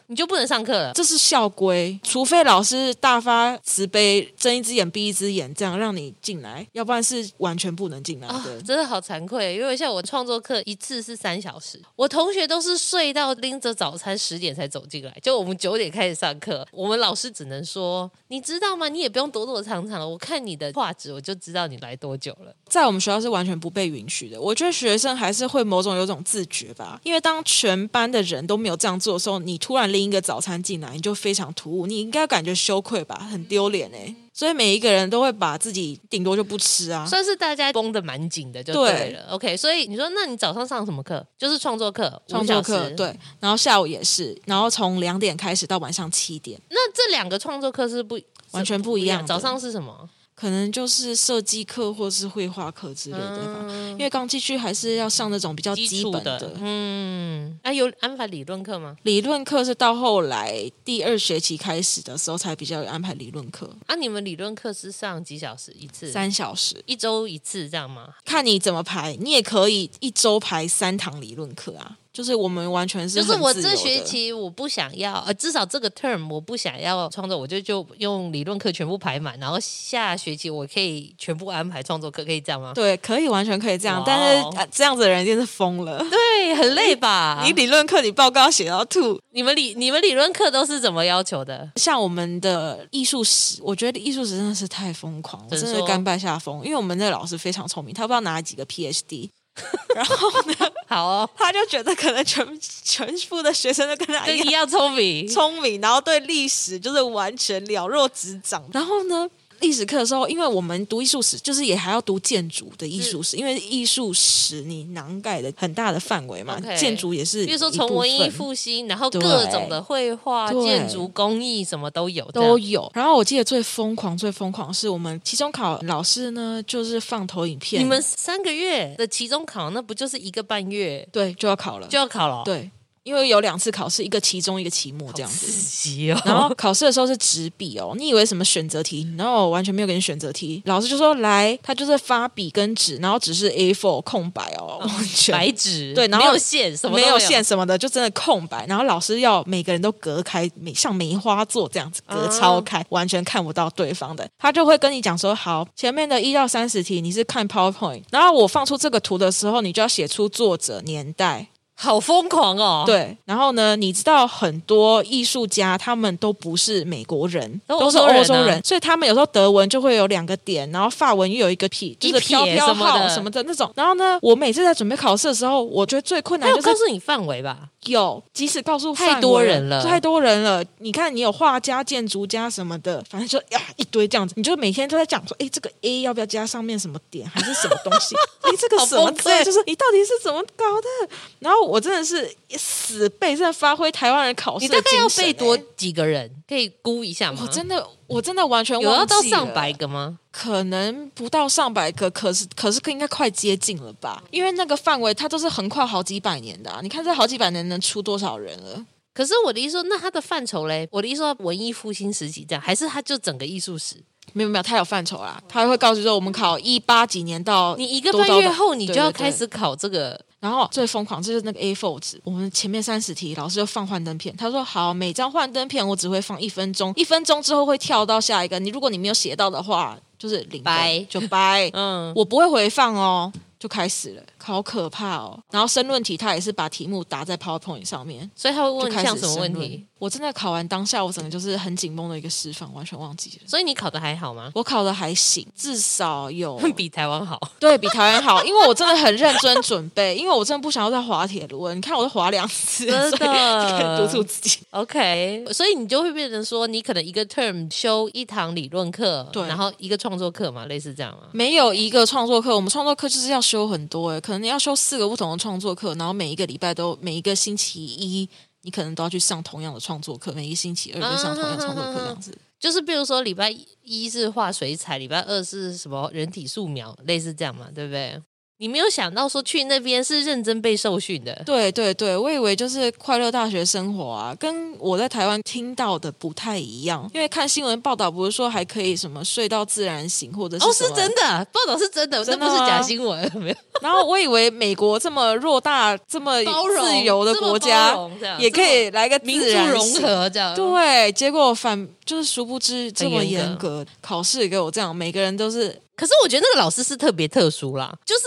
B: 你就不能上课了。
A: 这是校规，除非老师大发慈悲，睁一只眼闭一只眼，这样让你进来，要不然是完全不能进来
B: 啊、
A: 的。
B: 真的好惭愧，因为像我创作课一次是三小时，我同学都是睡到拎着早餐十点才走进来，就我们九点开始上课，我们老师只能说，你知道吗？你也不用躲躲藏藏了，我看你的画质我就知道你来多久了。
A: 在我们学校是完全不被允许的。我觉得学生还是会某种有种自觉吧，因为当全班的人都没有这样做的时候，你突然拎一个早餐进来，你就非常突兀，你应该感觉羞愧吧，很丢脸哎、所以每一个人都会把自己顶多就不吃啊，
B: 算是大家绷得蛮紧的就对了。OK，所以你说，那你早上上什么课？就是创作课，
A: 创
B: 五
A: 作
B: 小时
A: 课。对，然后下午也是，然后从两点开始到晚上七点，
B: 那这两个创作课是不
A: 完全
B: 不
A: 不一样的。
B: 早上是什么？
A: 可能就是设计课或是绘画课之类的吧。因为刚进去还是要上那种比较基
B: 嗯础
A: 本
B: 的，嗯，啊，有安排理论课吗？
A: 理论课，是到后来第二学期开始的时候才比较有安排理论课，
B: 啊，你们理论课是上几小时一次？
A: 三小时，
B: 一周一次这样吗？
A: 看你怎么排。你也可以一周排三堂理论课啊，就是我们完全是
B: 就是
A: 很
B: 我
A: 自
B: 这
A: 由
B: 学
A: 的
B: 期我不想要，呃，至少这个 term 我不想要创作，我就就用理论课全部排满，然后下学期我可以全部安排创作课，可以这样吗？
A: 对，可以完全可以这样，
B: 哇哦
A: 但是、呃这样子的人一定是疯了。
B: 对，啊很累吧？
A: 你理
B: 你
A: 论课你报告写到吐，
B: 你们理你们理论课都是怎么要求的？
A: 像我们的艺术史，我觉得艺术史真的是太疯狂，我
B: 怎
A: 真
B: 说
A: 的甘拜下风。因为我们那老师非常聪明，他不知道拿了几个 PhD，然后呢，
B: 好哦，
A: 他就觉得可能全全部的学生都跟他
B: 跟
A: 一
B: 一
A: 样
B: 样聪明，
A: 聪明，然后对历史就是完全了若指掌。然后呢？历史课的时候，因为我们读艺术史，就是也还要读建筑的艺术史，
B: 嗯
A: 因为艺术史你囊盖了很大的范围嘛
B: OK
A: 建筑也是一部分，
B: 比如说从文艺复兴，然后
A: 对
B: 各种的绘画、
A: 对
B: 建筑工艺什么都有，这样
A: 都有。然后我记得最疯狂、最疯狂的是我们期中考老师呢，就是放投影片，
B: 你们三个月的期中考，那不就是一个半月
A: 对就要考了，
B: 就要考了？
A: 对。因为有两次考试，一个期中，一个期末这样
B: 刺
A: 子。
B: 激哦。
A: 然后考试的时候是纸笔哦，你以为什么选择题？然后我完全没有给你选择题，老师就说来，他就是发笔跟纸，然后只是 A4 空白 哦，完全
B: 白纸
A: 对然后
B: 没有线，什么都
A: 没
B: 有
A: 有线什么的，就真的空白。然后老师要每个人都隔开，每像梅花座这样子隔
B: 啊
A: 超开，完全看不到对方的。他就会跟你讲说：“好，前面的一到三十题你是看 PowerPoint，然后我放出这个图的时候，你就要写出作者、年代。
B: 好疯狂哦！，
A: 对，然后呢，你知道很多艺术家他们都不是美国人，
B: 都
A: 都
B: 欧
A: 是
B: 洲人啊
A: 欧洲人，所以他们有时候德文就会有两个点，然后法文又有一个撇，就
B: 一
A: 是
B: 撇
A: 飘
B: 什
A: 飘
B: 么的
A: 号什么的那种。然后呢，我每次在准备考试的时候，我觉得最困
B: 他
A: 难
B: 有
A: 就是
B: 告诉你范围吧？
A: 有，即使告诉
B: 太
A: 范围
B: 多人了
A: 太多人了。你看，你有画家、建筑家什么的，反正就呀一堆这样子，你就每天都在讲说，哎，这个 A 要不要加上面什么点，还是什么东 西？哎，这个
B: 好
A: 什么
B: 崩
A: 之类，
B: 溃
A: 就是你到底是怎么搞的？然后我真的是死背，真的发挥台湾人考试
B: 你
A: 的
B: 大概
A: 精
B: 要
A: 神哎
B: 背多
A: 欸
B: 几个人？哦可以估一下吗？
A: 我真的，我真的完全
B: 有
A: 忘
B: 要到
A: 记
B: 上
A: 了
B: 百个吗？
A: 可能不到上百个，可是可是应该快接近了吧？因为那个范围它都是横跨好几百年的、啊，你看这好几百年能出多少人了？
B: 可是我的意思说，那它的范畴嘞？我的意思说，文艺复兴时期这样，还是它就整个艺术史？
A: 没有没有，他有范畴啦，他会告诉说我们考一八几年到
B: 你一个
A: 多
B: 半
A: 到
B: 月
A: 的
B: 后，你就
A: 对对
B: 要
A: 对
B: 开始考这个，
A: 然后最疯狂这就是那个 A4 纸，我们前面三十题老师就放幻灯片，他说好，每张幻灯片我只会放一分钟，一分钟之后会跳到下一个，你如果你没有写到的话，就是零分
B: 掰，
A: 就掰
B: 嗯，
A: 我不会回放哦。就开始了，好可怕哦！然后申论题，他也是把题目打在 PowerPoint 上面，
B: 所以他会
A: 就
B: 问
A: 开始
B: 像什么问
A: 申
B: 题
A: 论？？我真的考完当下，我整个就是很紧绷的一个释放，完全忘记了。
B: 所以你考的还好吗？
A: 我考的还行，至少有
B: 比台湾好，
A: 对比台湾好，因为我真的很认真准备，因为我真的不想要再滑铁卢了。你看，我都滑两次，
B: 真
A: 所以就开
B: 的
A: 始督促自己。
B: OK，所以你就会变成说，你可能一个 term 修一堂理论课，
A: 对
B: 然后一个创作课嘛，类似这样嘛。
A: 没有一个创作课，我们创作课就是要修很多、欸，可能你要修四个不同的创作课，然后每一个礼拜都每一个星期一。你可能都要去上同样的创作课，每一个星期二都上同样的创作课这样子。
B: 就是比如说礼拜一是画水彩，礼拜二是什么人体素描，类似这样嘛，对不对？你没有想到说去那边是认真被受训的，
A: 对对对，我以为就是快乐大学生活啊，跟我在台湾听到的不太一样。因为看新闻报道，不是说还可以什么睡到自然醒，或者是
B: 哦，
A: 什
B: 是
A: 么
B: 真的，报道是真的，
A: 真的
B: 那不是假
A: 吗
B: 新闻， 没有
A: 然后我以为美国这么偌大、这么
B: 包容
A: 自由的国
B: 这么
A: 家
B: 包容这，样
A: 也可以来个自
B: 民主
A: 然
B: 融
A: 型。
B: 合这样。
A: 对，啊结果反就是殊不知这么
B: 很严
A: 严格，考试也给我这样，每个人都是
B: 可是我觉得那个老师是特别特殊啦，就是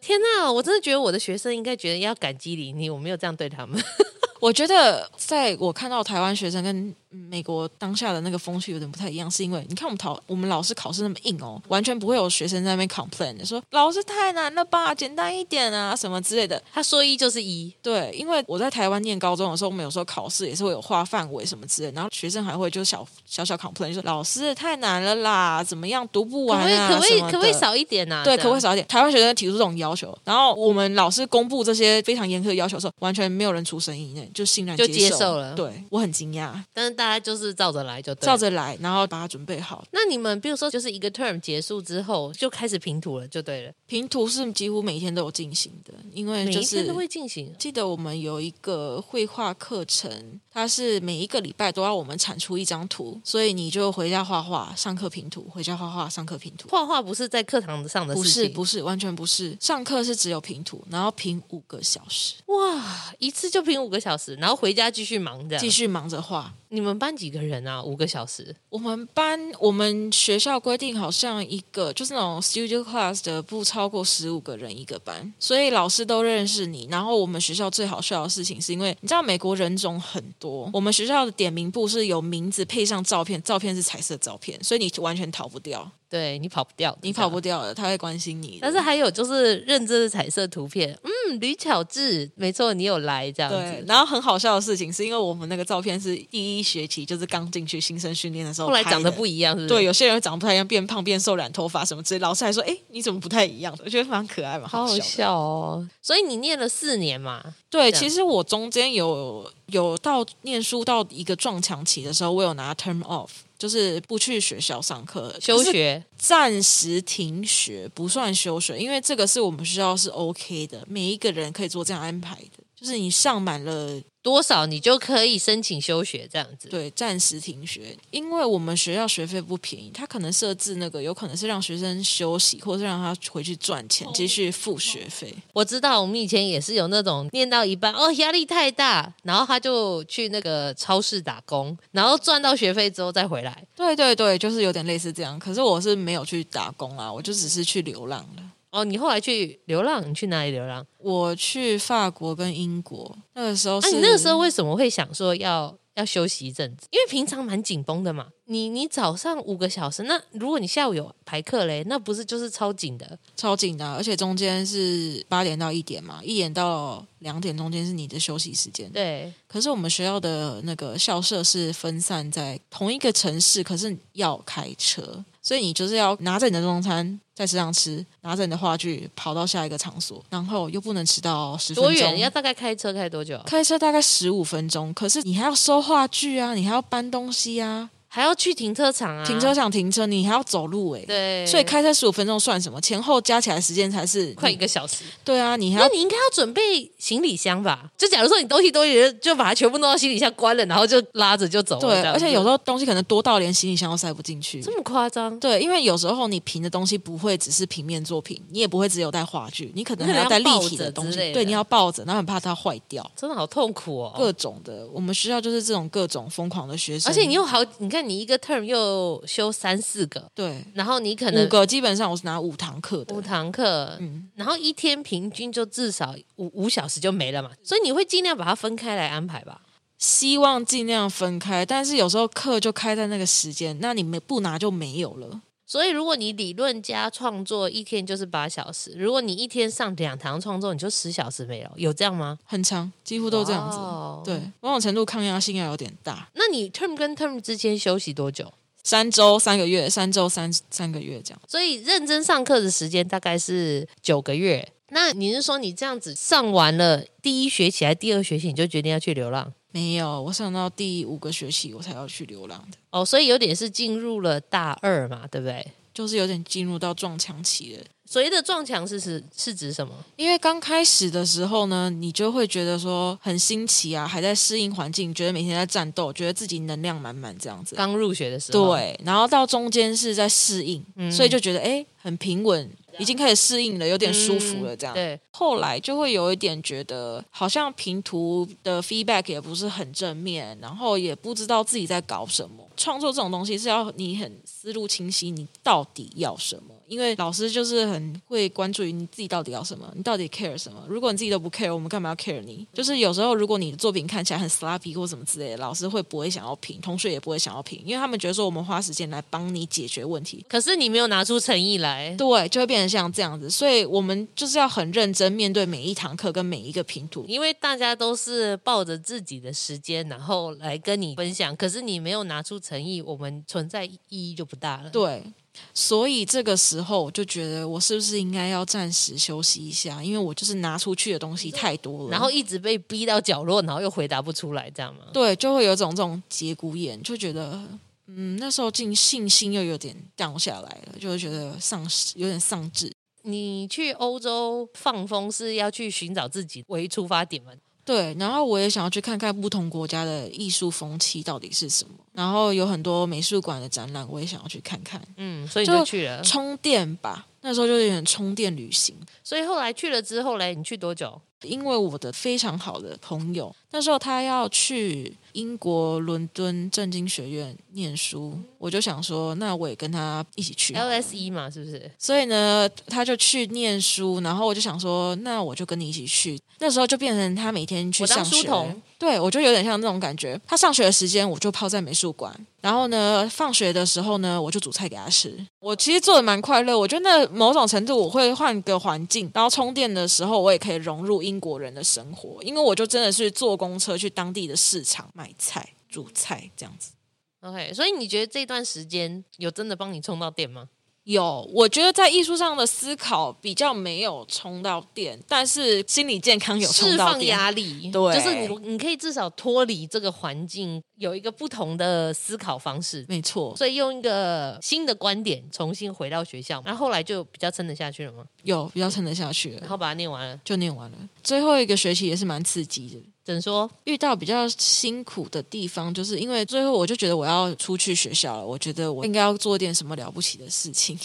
B: 天哪，我真的觉得我的学生应该觉得要感激你，你我没有这样对他们。
A: 我觉得，在我看到台湾学生跟美国当下的那个风气有点不太一样，是因为你看我们考我们老师考试那么硬哦，完全不会有学生在那边 complain 的说老师太难了吧，简单一点啊什么之类的。
B: 他说一就是一，
A: 对，因为我在台湾念高中的时候，我们有时候考试也是会有划范围什么之类的，然后学生还会就小小小 complain 就说老师太难了啦，怎么样读不
B: 可
A: 完
B: 不可以
A: 啊
B: 可不可以
A: 什么
B: 可
A: 的
B: 不可以少一点啊？
A: 对，
B: 这样
A: 可不可以少一点？台湾学生提出这种要求，然后我们老师公布这些非常严苛的要求的时候，完全没有人出声音，欸就欣然
B: 就接
A: 接
B: 受了
A: 对我很惊讶，
B: 但是大家就是照着来就对了。
A: 照着来，然后把它准备好。
B: 那你们比如说，就是一个 term 结束之后就开始平图了，就对了，
A: 平图是几乎每天都有进行的，因为
B: 每
A: 就
B: 一
A: 是
B: 天都会进行。
A: 记得我们有一个绘画课程，它是每一个礼拜都要我们产出一张图，所以你就回家画画，上课平图，回家画画，上课平图。
B: 画画不是在课堂上的
A: 不
B: 事
A: 是
B: 情，
A: 不是，完全不是。上课是只有平图，然后平五个小时，
B: 哇，一次就平五个小时，然后回家继续忙的。
A: 继续忙着画。
B: 你们班几个人啊？五个小时，
A: 我们班我们学校规定，好像一个就是那种 studio class 的，不超过十五个人一个班，所以老师都认识你。然后我们学校最好笑的事情，是因为你知道美国人种很多，我们学校的点名簿是有名字配上照片，照片是彩色照片，所以你完全逃不 掉，
B: 对你跑不掉的，
A: 你
B: 这样
A: 跑不。掉的，他会关心你的。
B: 但是还有就是认真的彩色图片，嗯，吕巧智，没错，你有来这样
A: 对，
B: 子。
A: 然后很好笑的事情是因为我们那个照片是第一学期就是刚进去新生训练的时候
B: 后来
A: 拍
B: 长得
A: 的
B: 不一样，是不是？
A: 对，有些人会长得不太一样，变胖、变瘦、染头发什么之类。老师还说：“哎、你怎么不太一样？”我觉得蛮可爱，蛮
B: 好
A: 笑
B: 好
A: 的。
B: 笑哦。所以你念了四年嘛，
A: 对，
B: 这样
A: 其实我中间有有到念书到一个撞墙期的时候，我有拿 term off，就是不去学校上课，
B: 休
A: 就是
B: 学
A: 暂时停学，不算休学，因为这个是我们学校是 OK 的，每一个人可以做这样安排的，就是你上满了。
B: 多少，你就可以申请休学这样子。
A: 对，暂时停学，因为我们学校学费不便宜，他可能设置那个有可能是让学生休息，或是让他回去赚钱，继
B: 哦
A: 续付学费。
B: 我知道我们以前也是有那种念到一半哦压力太大，然后他就去那个超市打工，然后赚到学费之后再回来。
A: 对对对，就是有点类似这样。可是我是没有去打工啊，我就只是去流浪了。
B: 哦，你后来去流浪，你去哪里流浪？
A: 我去法国跟英国，那个时候
B: 那、
A: 哦是、
B: 啊你那个时候为什么会想说要要休息一阵子？因为平常蛮紧绷的嘛。你你早上五个小时，那如果你下午有排课嘞，那不是就是超紧的？
A: 超紧的啊、而且中间是八点到一点嘛，一点到两点中间是你的休息时间。
B: 对，
A: 可是我们学校的那个校舍是分散在同一个城市，可是要开车，所以你就是要拿着你的中餐在车上吃，拿着你的话剧跑到下一个场所，然后又不能迟到十分
B: 多
A: 钟。
B: 远？要大概开车开多久？
A: 开车大概十五分钟，可是你还要收话剧啊，你还要搬东西啊，
B: 还要去停车场啊？
A: 停车场停车，你还要走路诶、
B: 对，
A: 所以开车十五分钟算什么？前后加起来时间才是
B: 快一个小时。
A: 对啊，你还
B: 那
A: 要
B: 你应该要准备行李箱吧？就假如说你东西多一点，就把它全部弄到行李箱关了，然后就拉着就走了。
A: 对，
B: 这样
A: 而且有时
B: 子
A: 候东西可能多到连行李箱都塞不进去。
B: 这么夸张，
A: 对，因为有时候你评的东西不会只是平面作品，你也不会只有带话剧，你可能
B: 你可
A: 还
B: 能
A: 要带
B: 要抱
A: 立体
B: 着
A: 的东
B: 之类
A: 西。
B: 的
A: 对，你要抱着，然后很怕它坏掉，
B: 真的好痛苦哦。
A: 各种的。我们学校就是这种各种疯狂的学生，
B: 而且你又好，你看你一个 term 又修三四个，
A: 对
B: 然后你可
A: 五
B: 能
A: 个基本上我是拿五堂课的嗯
B: 五，堂课，然后一天平均就至少五五小时就没了嘛，所以你会尽量把它分开来安排吧。
A: 希望尽量分开，但是有时候课就开在那个时间，那你没不拿就没有了。
B: 所以，如果你理论加创作一天就是八小时，如果你一天上两堂创作，你就十小时没了，有这样吗？
A: 很长，几乎都这样子。
B: 哦
A: 对，某种程度抗压性要有点大。
B: 那你 term 跟 term 之间休息多久？
A: 三周三个月，三周三三个月这样。
B: 所以认真上课的时间大概是九个月。那你是说你这样子上完了第一学期还是第二学期，你就决定要去流浪？
A: 没有，我想到第五个学期我才要去流浪的，
B: 哦，所以有点是进入了大二嘛，对不对？
A: 就是有点进入到撞墙期了。
B: 所谓的撞墙是是是指什么？
A: 因为刚开始的时候呢，你就会觉得说很新奇啊，还在适应环境，觉得每天在战斗，觉得自己能量满满这样子。
B: 刚入学的时候，，嗯
A: 对，然后到中间是在适应，所以就觉得哎很平稳，已经开始适应了，有点舒服了这样。
B: 嗯对，
A: 后来就会有一点觉得，好像平图的 feedback 也不是很正面，然后也不知道自己在搞什么。创作这种东西是要你很思路清晰，你到底要什么？因为老师就是很会关注于你自己到底要什么，你到底 care 什么。如果你自己都不 care，我们干嘛要 care 你？就是有时候如果你的作品看起来很 sloppy 或什么之类的，老师会不会想要评，同学也不会想要评，因为他们觉得说我们花时间来帮你解决问题，
B: 可是你没有拿出诚意来。
A: 对，就会变成像这样子，所以我们就是要很认真面对每一堂课跟每一个拼图。
B: 因为大家都是抱着自己的时间，然后来跟你分享，可是你没有拿出诚意，我们存在意义就不大了。
A: 对，所以这个时候我就觉得，我是不是应该要暂时休息一下？因为我就是拿出去的东西太多了，
B: 然后一直被逼到角落，然后又回答不出来，这样吗？
A: 对，就会有一种这种节骨眼，就觉得。嗯，那时候进信心又有点降下来了，就会觉得丧失，有点丧志。
B: 你去欧洲放风是要去寻找自己为出发点吗？
A: 对，然后我也想要去看看不同国家的艺术风气到底是什么，然后有很多美术馆的展览，我也想要去看看。
B: 嗯，所以你就
A: 就
B: 去了。
A: 充电吧，那时候就有点充电旅行。
B: 所以后来去了之后嘞，你去多久？
A: 因为我的非常好的朋友，那时候他要去英国伦敦政经学院念书，我就想说，那我也跟他一起去好了。
B: LSE E 嘛，是不是？
A: 所以呢，他就去念书，然后我就想说，那我就跟你一起去。那时候就变成他每天去
B: 我当
A: 上
B: 书
A: 学
B: 童，
A: 对我就有点像那种感觉。他上学的时间，我就泡在美术馆，然后呢，放学的时候呢，我就煮菜给他吃。我其实做的蛮快乐，我觉得那某种程度我会换个环境，然后充电的时候，我也可以融入英国人的生活，因为我就真的是坐公车去当地的市场买菜、煮菜这样子。
B: OK，所以你觉得这段时间有真的帮你充到电吗？
A: 有，我觉得在艺术上的思考比较没有充到电，但是心理健康有
B: 释
A: 充到
B: 放
A: 电。
B: 压力，
A: 对
B: 就是你你可以至少脱离这个环境，有一个不同的思考方式。
A: 没错，
B: 所以用一个新的观点重新回到学校嘛，然后后来就比较撑得下去了嘛，
A: 有比较撑得下去
B: 然
A: 了，
B: 后把它念完了。
A: 就念完了。最后一个学期也是蛮刺激的，
B: 只能说
A: 遇到比较辛苦的地方，就是因为最后我就觉得我要出去学校了，我觉得我应该要做点什么了不起的事情。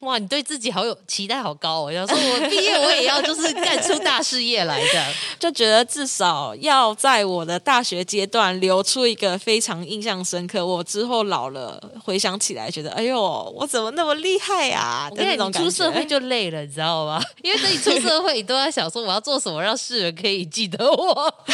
B: 哇，你对自己好有期待，好高哦！要说我毕业，我也要就是干出大事业来这样。
A: 就觉得至少要在我的大学阶段留出一个非常印象深刻，我之后老了回想起来，觉得哎呦，我怎么那么厉害呀、啊？
B: 我
A: 的
B: 跟
A: 那
B: 你
A: 种
B: 讲，你
A: 感
B: 出社会
A: 觉。
B: 就累了，你知道吗？ 因为等你出社会，你都在想说我要做什么让世人可以记得我。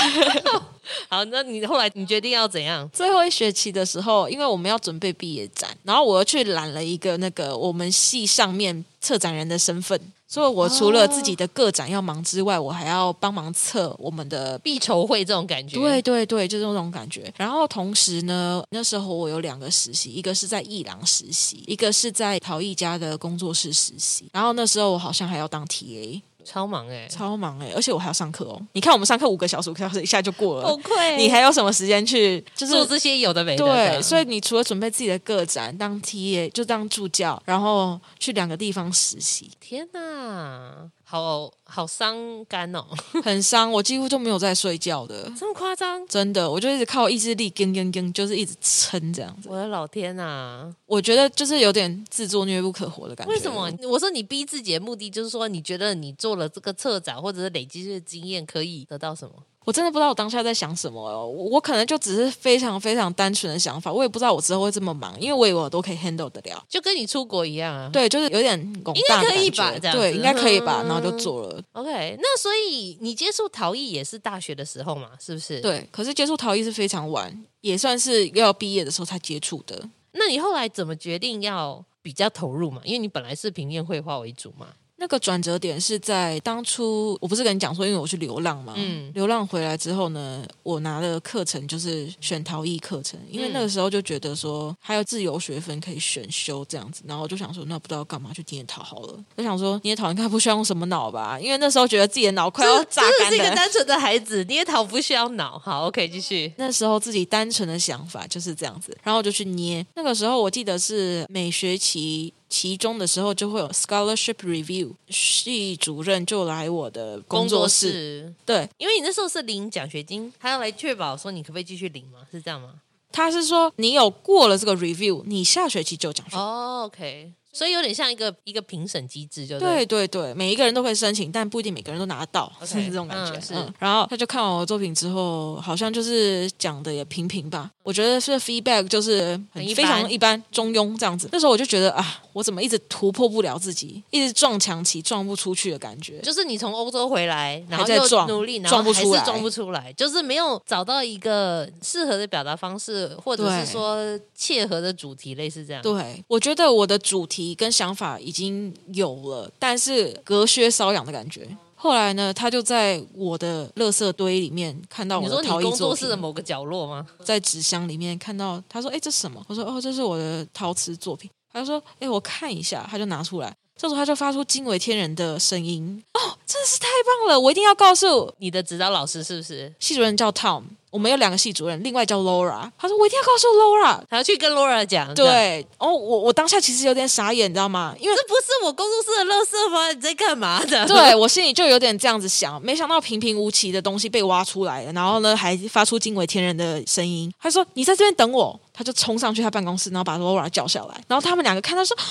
B: 好，那你后来你决定要怎样？
A: 最后一学期的时候，因为我们要准备毕业展，然后我又去揽了一个那个我们系上面策展人的身份，所以我除了自己的个展要忙之外，我还要帮忙策我们的
B: 必筹会这种感觉，
A: 对，对对，就是那种感觉。然后同时呢，那时候我有两个实习，一个是在艺廊实习，一个是在陶艺家的工作室实习。然后那时候我好像还要当 TA，
B: 超忙哎、
A: 超忙哎、而且我还要上课哦。你看我们上课五个小时，五个小时一下就过了，
B: 溃
A: 你还有什么时间去就
B: 做
A: 是？
B: 这些有的没的，
A: 对，所
B: 以
A: 以你除了准备自己的个展，当 TA 就当助教，然后去两个地方实习，
B: 天哪，好好伤肝哦，
A: 很伤。我几乎就没有在睡觉的，
B: 这么夸张，
A: 真的，我就一直靠意志力，跟跟跟，就是一直撑这样子。
B: 我的老天呐！
A: 我觉得就是有点自作孽不可活的感觉。
B: 为什么？我说你逼自己的目的就是说，你觉得你做了这个策展或者是累积这些经验，可以得到什么？
A: 我真的不知道我当下在想什么哦。我我可能就只是非常非常单纯的想法，我也不知道我之后会这么忙，因为我以为我都可以 handle 得了。
B: 就跟你出国一样啊。
A: 对，就是有点拱大的感觉
B: 应该可以吧这样子
A: 对，应该可以 吧，
B: 嗯
A: 然后就做了。
B: OK，那所以你接触陶艺也是大学的时候嘛，是不是？。
A: 对，可是接触陶艺是非常晚，也算是要毕业的时候才接触的。
B: 那你后来怎么决定要比较投入嘛？因为你本来是平面绘画为主嘛。
A: 那个转折点是在当初，我不是跟你讲说，因为我去流浪嘛，
B: 嗯
A: 流浪回来之后呢，我拿的课程就是选陶艺课程，因为那
B: 嗯
A: 个时候就觉得说还有自由学分可以选修这样子，然后我就想说，那不知道干嘛去捏陶好了，我想说捏陶应该不需要用什么脑吧，因为那时候觉得自己的脑快要
B: 这
A: 榨
B: 这是一个
A: 干了。
B: 单纯的孩子，捏陶不需要脑。好，OK，继续。
A: 那时候自己单纯的想法就是这样子，然后我就去捏。那个时候我记得是每学期期中的时候就会有 scholarship review，系主任就来我的工作室，
B: 室，
A: 对，
B: 因为你那时候是领奖学金，他要来确保说你可不可以继续领嘛，是这样吗？
A: 他是说你有过了这个 review，你下学期就有奖学金。
B: 哦，OK，所以有点像一个一个评审机制，就
A: 对对对，每一个人都可以申请，但不一定每个人都拿得到
B: OK，
A: 是这种感觉。
B: 嗯是
A: 然后他就看完我的作品之后，好像就是讲的也平平吧，我觉得是 feedback 就是很
B: 很一
A: 非
B: 般
A: 常一般、中庸这样子。那时候我就觉得啊，我怎么一直突破不了自己，一直撞墙期撞不出去的感觉。
B: 就是你从欧洲回来，然后
A: 还在
B: 又
A: 撞
B: 努力，然后
A: 撞不
B: 还
A: 出
B: 是
A: 来
B: 装不出来，就是没有找到一个适合的表达方式，或者是
A: 对
B: 说切合的主题，类似这样。
A: 对，我觉得我的主题跟想法已经有了，但是隔靴搔痒的感觉。后来呢，他就在我的垃圾堆里面看到
B: 你
A: 我
B: 说
A: 的
B: 你
A: 陶艺
B: 工
A: 作
B: 作
A: 品
B: 室，的某个角落吗？
A: 在纸箱里面看到，他说：“哎，这是什么？”我说：“哦，这是我的陶瓷作品。”他就说：“哎，我看一下。”他就拿出来，这时候他就发出惊为天人的声音：“哦，真的是太棒了！我一定要告诉
B: 你的指导老师是不是？
A: 系主任叫 Tom，我们有两个系主任，另外叫 Laura。”他说：“我一定要告诉 Laura。”
B: 还要去跟 Laura 讲？这样，
A: 对，哦，我我当下其实有点傻眼，你知道吗？因为
B: 这不是我工作室的垃圾吗？你在干嘛 的？
A: 对我心里就有点这样子想，没想到平平无奇的东西被挖出来了，然后呢还发出惊为天人的声音。他说：“啊你在这边等我。”他就冲上去他办公室，然后把 Laura 叫下来，然后他们两个看到说：“啊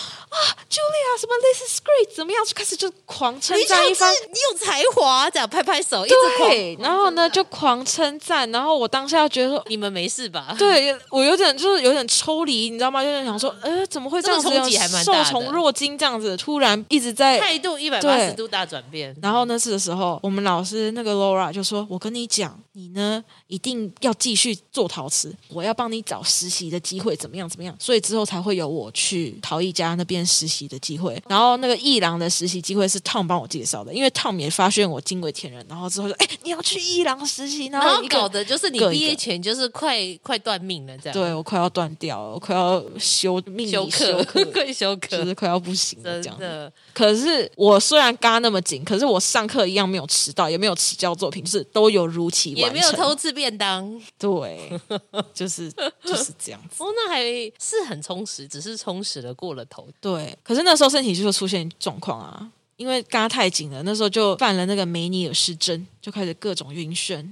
A: ，Julia，什么 This is great，怎么样？”就开始就狂称
B: 你
A: 赞
B: 有
A: 一番。
B: 你有才华，这样拍拍手，一直狂。
A: 对，然后呢就狂称赞，然后我当下觉得说。
B: 你们没事吧？
A: 对我有点就是有点抽离，你知道吗？有点想说，呃，怎么会这样子？
B: 这个冲击还蛮大
A: 受
B: 的
A: 宠若惊，这样子突然一直在
B: 态度一百八十
A: 对
B: 度大转变。
A: 然后那次的时候，我们老师那个 Laura 就说：“我跟你讲，你呢一定要继续做陶瓷，我要帮你找实习的机会，怎么样怎么样？”所以之后才会有我去陶艺家那边实习的机会。然后那个艺廊的实习机会是 Tom 帮我介绍的，因为 Tom 也发现我惊为天人，然后之后就哎、你要去艺廊实习，然
B: 然后
A: 后一个
B: 啊搞的就是你
A: 各一
B: 毕
A: 个
B: 业前就是快快断命了，这样
A: 对我快要断掉了，我快要休命里
B: 休
A: 克
B: 克，，快休
A: 就
B: 克，
A: 是快要不行了
B: 真
A: 这样子。
B: 的。
A: 可是我虽然嘎那么紧，可是我上课一样没有迟到，也没有迟交作品，就是都有如期完
B: 也
A: 完
B: 没有
A: 成
B: 偷吃便当。
A: 对，就是就是这样子。
B: 哦，那还是很充实，只是充实的过了头。
A: 对，可是那时候身体就出现状况啊，因为嘎太紧了，那时候就犯了那个梅尼尔氏症，就开始各种晕眩，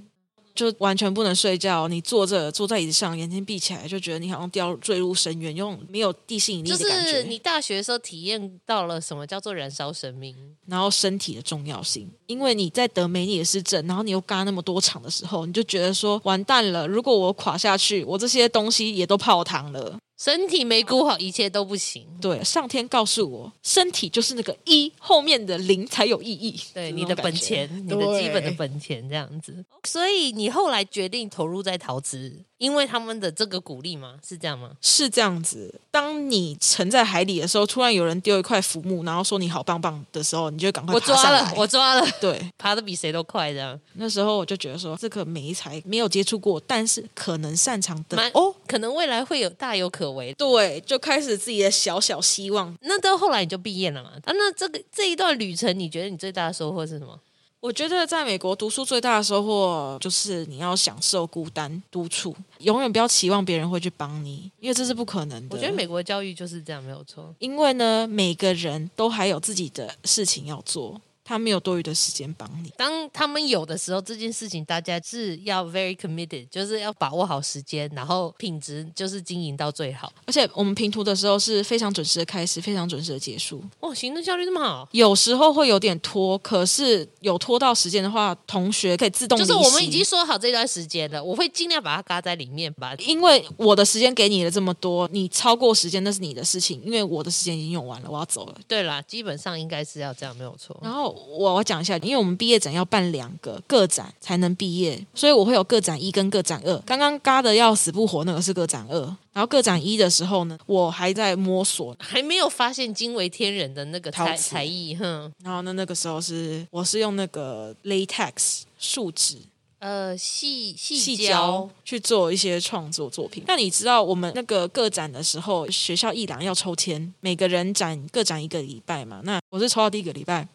A: 就完全不能睡觉。你坐着坐在椅子上，眼睛闭起来，就觉得你好像掉坠入深渊，用没有地心引力
B: 就
A: 的感觉。
B: 是你大学的时候体验到了什么叫做燃烧生命，
A: 然后身体的重要性，因为你在得梅尼尔氏症，然后你又嘎那么多场的时候，你就觉得说完蛋了，如果我垮下去，我这些东西也都泡汤了。
B: 身体没顾好，一切都不行。
A: 对，上天告诉我，身体就是那个一后面的零才有意义。
B: 对
A: 这
B: 你
A: 种
B: 的
A: 感
B: 本
A: 觉
B: 钱，你的基本的本钱这样子，所以你后来决定投入在陶瓷，因为他们的这个鼓励嘛，是这样吗？
A: 是这样子。当你沉在海里的时候，突然有人丢一块浮木，然后说你好棒棒的时候，你就赶快
B: 我
A: 爬
B: 抓
A: 上
B: 了
A: 来，。
B: 我抓了，
A: 对，
B: 爬的比谁都快，这样
A: 那时候我就觉得说，这个美才没有接触过，但是可能擅长的
B: 蛮
A: 哦，
B: 哦，可能未来会有大有可为。
A: 对，就开始自己的小小希望。
B: 那到后来你就毕业了嘛？啊，那这个这一段旅程，你觉得你最大的收获是什么？
A: 我觉得在美国读书最大的收获就是你要享受孤单独处，永远不要期望别人会去帮你，因为这是不可能的。
B: 我觉得美国教育就是这样，没有错。
A: 因为呢，每个人都还有自己的事情要做，他没有多余的时间帮你。
B: 当他们有的时候，这件事情大家是要 very committed，就是要把握好时间，然后品质就是经营到最好。
A: 而且我们平图的时候是非常准时的开始，非常准时的结束。
B: 哦，行政效率这么好，
A: 有时候会有点拖，可是有拖到时间的话，同学可以自动
B: 就是
A: 离
B: 我们
A: 席
B: 已经说好这段时间了，我会尽量把它嘎在里面吧。
A: 因为我的时间给你了这么多，你超过时间那是你的事情，因为我的时间已经用完了，我要走了。
B: 对啦，基本上应该是要这样，没有错。
A: 然后我我讲一下，因为我们毕业展要办两个个展才能毕业，所以我会有个展一跟个展二。刚刚嘎的要死不活那个是个展二，然后个展一的时候呢，我还在摸索。
B: 还没有发现惊为天人的那个才
A: 陶瓷
B: 才艺，哼，
A: 然后呢，那个时候是我是用那个 latex 树脂
B: 呃，细细
A: 细
B: 胶
A: 胶，去做一些创作作品。那你知道我们那个个展的时候，学校一廊要抽签，每个人展各展一个礼拜嘛。那我是抽到第一个礼拜，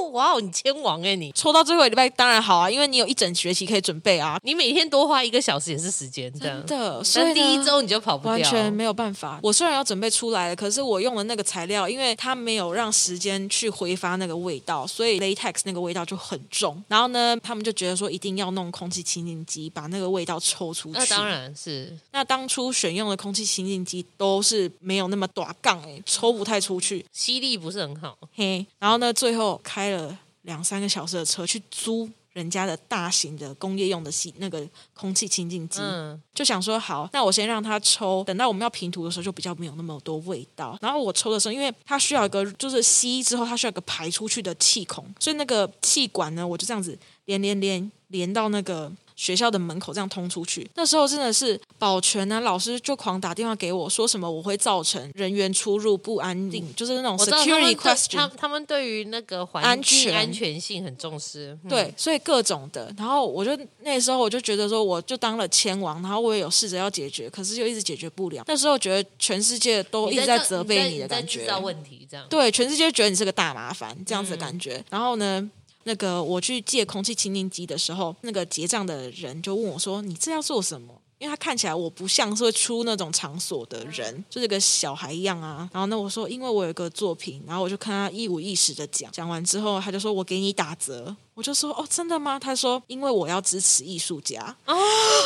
B: 哦，哇哦，你签王哎、你，
A: 抽到最后一个礼拜当然好啊，因为你有一整学期可以准备啊。
B: 你每天多花一个小时也是时间，这样
A: 真。的，所以呢
B: 但第一周你就跑不掉，
A: 完全没有办法。我虽然要准备出来了，可是我用了那个材料，因为它没有让时间去挥发那个味道，所以 latex 那个味道就很重。然后呢，他们就觉得说一定要弄空气清净机把那个味道抽出去。
B: 那当然是
A: 那当初选用的空气清净机都是没有那么短杠诶，抽不太出去。
B: 吸力不是很好，
A: 嘿，然后呢，最后开了两三个小时的车去租人家的大型的工业用的吸那个空气清净机。
B: 嗯，
A: 就想说好，那我先让它抽，等到我们要平涂的时候就比较没有那么多味道。然后我抽的时候，因为它需要一个就是吸之后它需要一个排出去的气孔，所以那个气管呢，我就这样子连连连连到那个。学校的门口这样通出去，那时候真的是保全啊，老师就狂打电话给我，说什么我会造成人员出入不安定，就是那种
B: 嗯我知道他们
A: security
B: 对他
A: question。
B: 他们对于那个环
A: 安
B: 境
A: 全
B: 安全性很重视，嗯
A: 对，所以各种的，然后我就那时候我就觉得说，我就当了千王，然后我也有试着要解决，可是又一直解决不了。那时候觉得全世界都一直
B: 你
A: 在
B: 在这
A: 责备
B: 你
A: 的
B: 在
A: 感
B: 你在
A: 觉
B: 制，造问题这样。
A: 对，全世界觉得你是个大麻烦这样子的感觉。然后呢，那个我去借空气清净机的时候，那个结账的人就问我说：“你这要做什么？”因为他看起来我不像是会出那种场所的人，就是个小孩一样啊。然后呢，我说因为我有一个作品，然后我就看他一五一十的讲，讲完之后他就说我给你打折，我就说哦真的吗？他说因为我要支持艺术家，
B: 好
A: 哦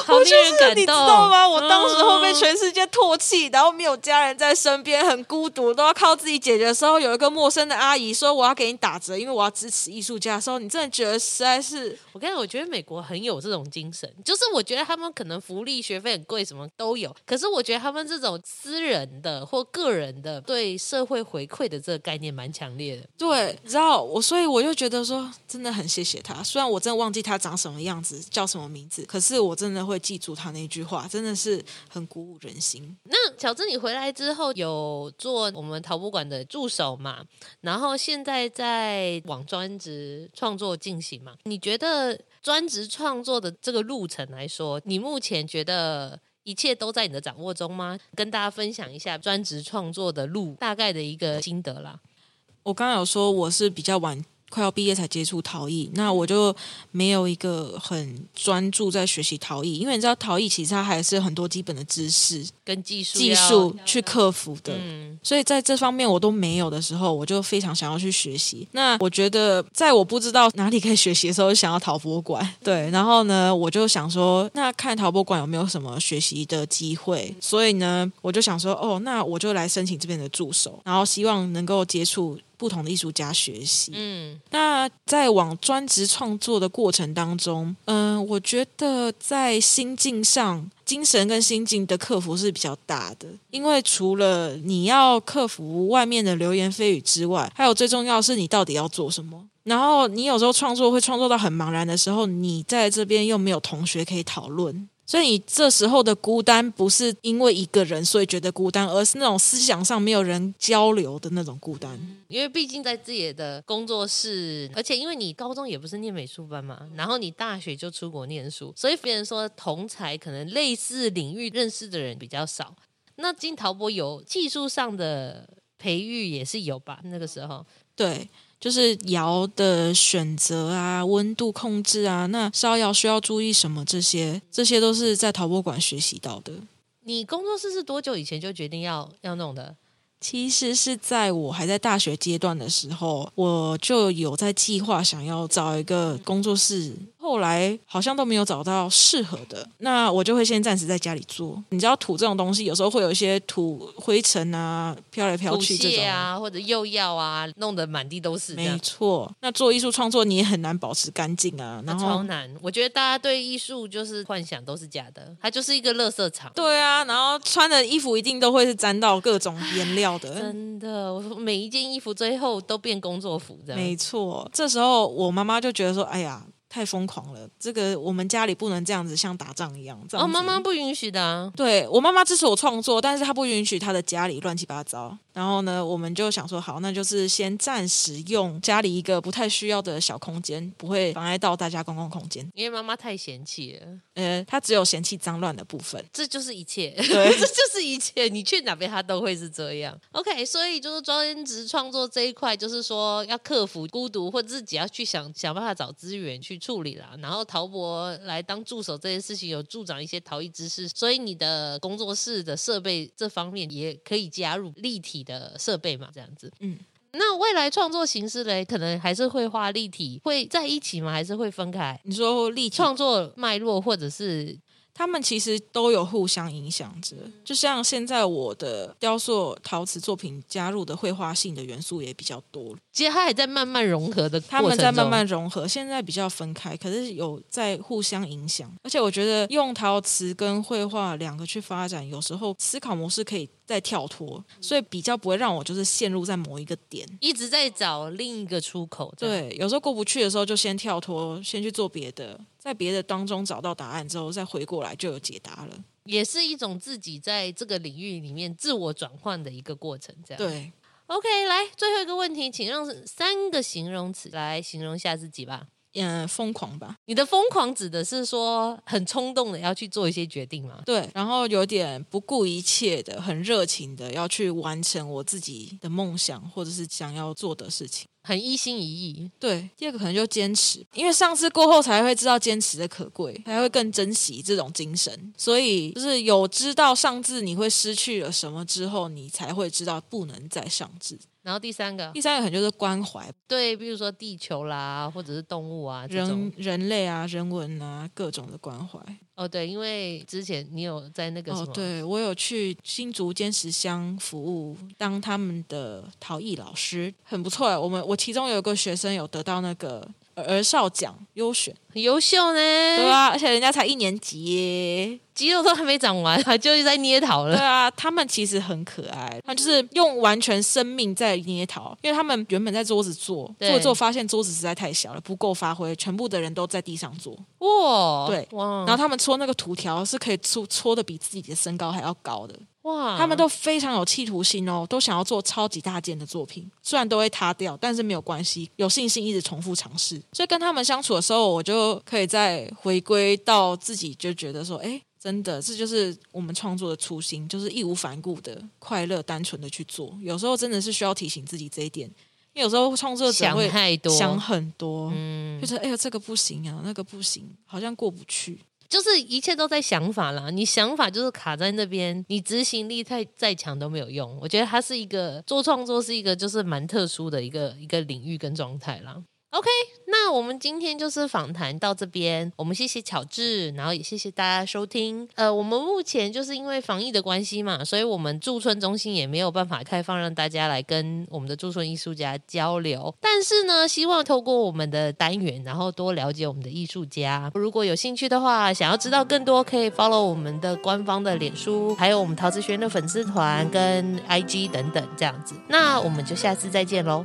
A: 我
B: 令
A: 就是
B: 人感动，
A: 你知道吗？我当时候被
B: 嗯
A: 全世界唾弃，然后没有家人在身边，很孤独，都要靠自己解决的时候，有一个陌生的阿姨说我要给你打折，因为我要支持艺术家的时候，你真的觉得实在是
B: 我跟你讲，我觉得美国很有这种精神，就是我觉得他们可能福利、学费很贵，什么都有，可是我觉得他们这种私人的或个人的对社会回馈的这个概念蛮强烈的。
A: 对，你知道我，所以我就觉得说，真的很谢谢他。虽然我真的忘记他长什么样子，叫什么名字，可是我真的会记住他那句话，真的是很鼓舞人心。
B: 那小郑，你回来之后有做我们陶博馆的助手嘛？然后现在在往专职创作进行嘛？你觉得专职创作的这个路程来说，你目前觉得？一切都在你的掌握中吗？跟大家分享一下专职创作的路大概的一个心得啦。
A: 我刚刚有说我是比较晚快要毕业才接触陶艺，那我就没有一个很专注在学习陶艺，因为你知道陶艺其实它还是很多基本的知识、
B: 跟技术
A: 技
B: 要
A: 术去克服的。
B: 嗯，
A: 所以在这方面我都没有的时候，我就非常想要去学习。那我觉得，在我不知道哪里可以学习的时候，就想要陶博馆。对，然后呢，我就想说，那看陶博馆有没有什么学习的机会。所以呢，我就想说，哦，那我就来申请这边的助手，然后希望能够接触。不同的艺术家学习，
B: 嗯，
A: 那在往专职创作的过程当中，嗯、我觉得在心境上，精神跟心境的克服是比较大的，因为除了你要克服外面的流言蜚语之外，还有最重要的是你到底要做什么。然后你有时候创作会创作到很茫然的时候，你在这边又没有同学可以讨论。所以你这时候的孤单，不是因为一个人所以觉得孤单，而是那种思想上没有人交流的那种孤单。
B: 因为毕竟在自己的工作室，而且因为你高中也不是念美术班嘛，然后你大学就出国念书，所以别人说同才可能类似领域认识的人比较少。那金陶博有技术上的培育也是有吧？那个时候，
A: 对，就是窑的选择啊、温度控制啊，那烧窑需要注意什么？这些这些都是在陶博馆学习到的。
B: 你工作室是多久以前就决定要要弄的？
A: 其实是在我还在大学阶段的时候，我就有在计划想要找一个工作室，后来好像都没有找到适合的，那我就会先暂时在家里做。你知道土这种东西，有时候会有一些土灰尘啊飘来飘
B: 土
A: 去这
B: 蟹
A: 种。
B: 啊，或者釉药啊，弄得满地都是这
A: 没
B: 样。
A: 错，那做艺术创作你也很难保持干净啊。
B: 那
A: 然后
B: 超难，我觉得大家对艺术就是幻想都是假的，它就是一个垃圾场。
A: 对啊，然后穿的衣服一定都会是沾到各种颜料的。
B: 真的，我说每一件衣服最后都变工作服这
A: 没
B: 样。
A: 错，这时候我妈妈就觉得说：“哎呀，太疯狂了，这个我们家里不能这样子，像打仗一样。”这样
B: 哦，
A: 子
B: 妈妈不允许的、啊，
A: 对我妈妈支持我创作，但是她不允许她的家里乱七八糟。然后呢，我们就想说，好，那就是先暂时用家里一个不太需要的小空间，不会妨碍到大家公共空间。
B: 因为妈妈太嫌弃了。
A: 呃，她只有嫌弃脏乱的部分。
B: 这就是一切，
A: 对
B: 这就是一切。你去哪边，他都会是这样。OK，所以就是专职创作这一块，就是说要克服孤独，或自己要去想想办法找资源去处理啦。然后陶博来当助手这件事情，有助长一些陶艺知识，所以你的工作室的设备这方面也可以加入立体的设备嘛，这样子。
A: 嗯。
B: 那未来创作形式嘞，可能还是会画立体，会在一起吗？还是会分开？
A: 你说立体
B: 创作脉络或者是
A: 他们其实都有互相影响着。就像现在我的雕塑陶瓷作品加入的绘画性的元素也比较多，
B: 其实它还在慢慢融合的过程
A: 他
B: 中，
A: 们在慢慢融合，现在比较分开，可是有在互相影响。而且我觉得用陶瓷跟绘画两个去发展，有时候思考模式可以再跳脱，所以比较不会让我就是陷入在某一个点。
B: 一直在找另一个出口。这样，
A: 对，有时候过不去的时候，就先跳脱，先去做别的，在别的当中找到答案之后，再回过来就有解答了。
B: 也是一种自己在这个领域里面自我转换的一个过程。这样，
A: 对，
B: ，OK，来最后一个问题，请用三个形容词来形容一下自己吧。
A: 嗯，疯狂吧。
B: 你的疯狂指的是说很冲动的要去做一些决定吗？
A: 对，然后有点不顾一切的、很热情的要去完成我自己的梦想或者是想要做的事情。
B: 很一心一意，
A: 对，第二个可能就坚持，因为上次过后才会知道坚持的可贵，才会更珍惜这种精神。所以就是有知道上次你会失去了什么之后，你才会知道不能再上志。
B: 然后第三个
A: 第三个可能就是关怀
B: 对，比如说地球啦，或者是动物啊这种
A: 人。人类啊、人文啊各种的关怀。
B: 哦，对，因为之前你有在那个什
A: 哦
B: 么，，
A: 对我有去新竹坚石乡服务，当他们的陶艺老师，很不错。欸我们我其中有一个学生有得到那个儿儿少奖优选，
B: 很优秀呢。
A: 对啊，而且人家才一年级耶，
B: 肌肉都还没长完， 就在捏陶
A: 对
B: 了。
A: 啊，他们其实很可爱，他们就是用完全生命在捏陶，因为他们原本在桌子做，
B: 对
A: 做一做发现桌子实在太小了，不够发挥，全部的人都在地上坐，
B: 哇，
A: 对
B: 哇，
A: 然后他们搓那个土条是可以搓搓的比自己的身高还要高的，
B: 哇，
A: 他们都非常有企图心哦，都想要做超级大件的作品，虽然都会塌掉，但是没有关系，有信心一直重复尝试。所以跟他们相处的时候，我就可以再回归到自己，就觉得说，哎，真的，这就是我们创作的初心，就是义无反顾的、快乐、单纯的去做。有时候真的是需要提醒自己这一点。因为有时候创作者
B: 想
A: 会
B: 太多，
A: 想很多，
B: 嗯
A: 就，是哎呀这个不行啊，那个不行，好像过不去。
B: 就是一切都在想法啦。你想法就是卡在那边，你执行力太再强都没有用。我觉得它是一个做创作是一个就是蛮特殊的一个一个领域跟状态啦。OK，那我们今天就是访谈到这边，我们谢谢巧智，然后也谢谢大家收听。呃，我们目前就是因为防疫的关系嘛，所以我们驻村中心也没有办法开放让大家来跟我们的驻村艺术家交流。但是呢，希望透过我们的单元，然后多了解我们的艺术家。如果有兴趣的话，想要知道更多，可以 follow 我们的官方的脸书，还有我们陶子轩的粉丝团跟 IG 等等这样子。那我们就下次再见喽。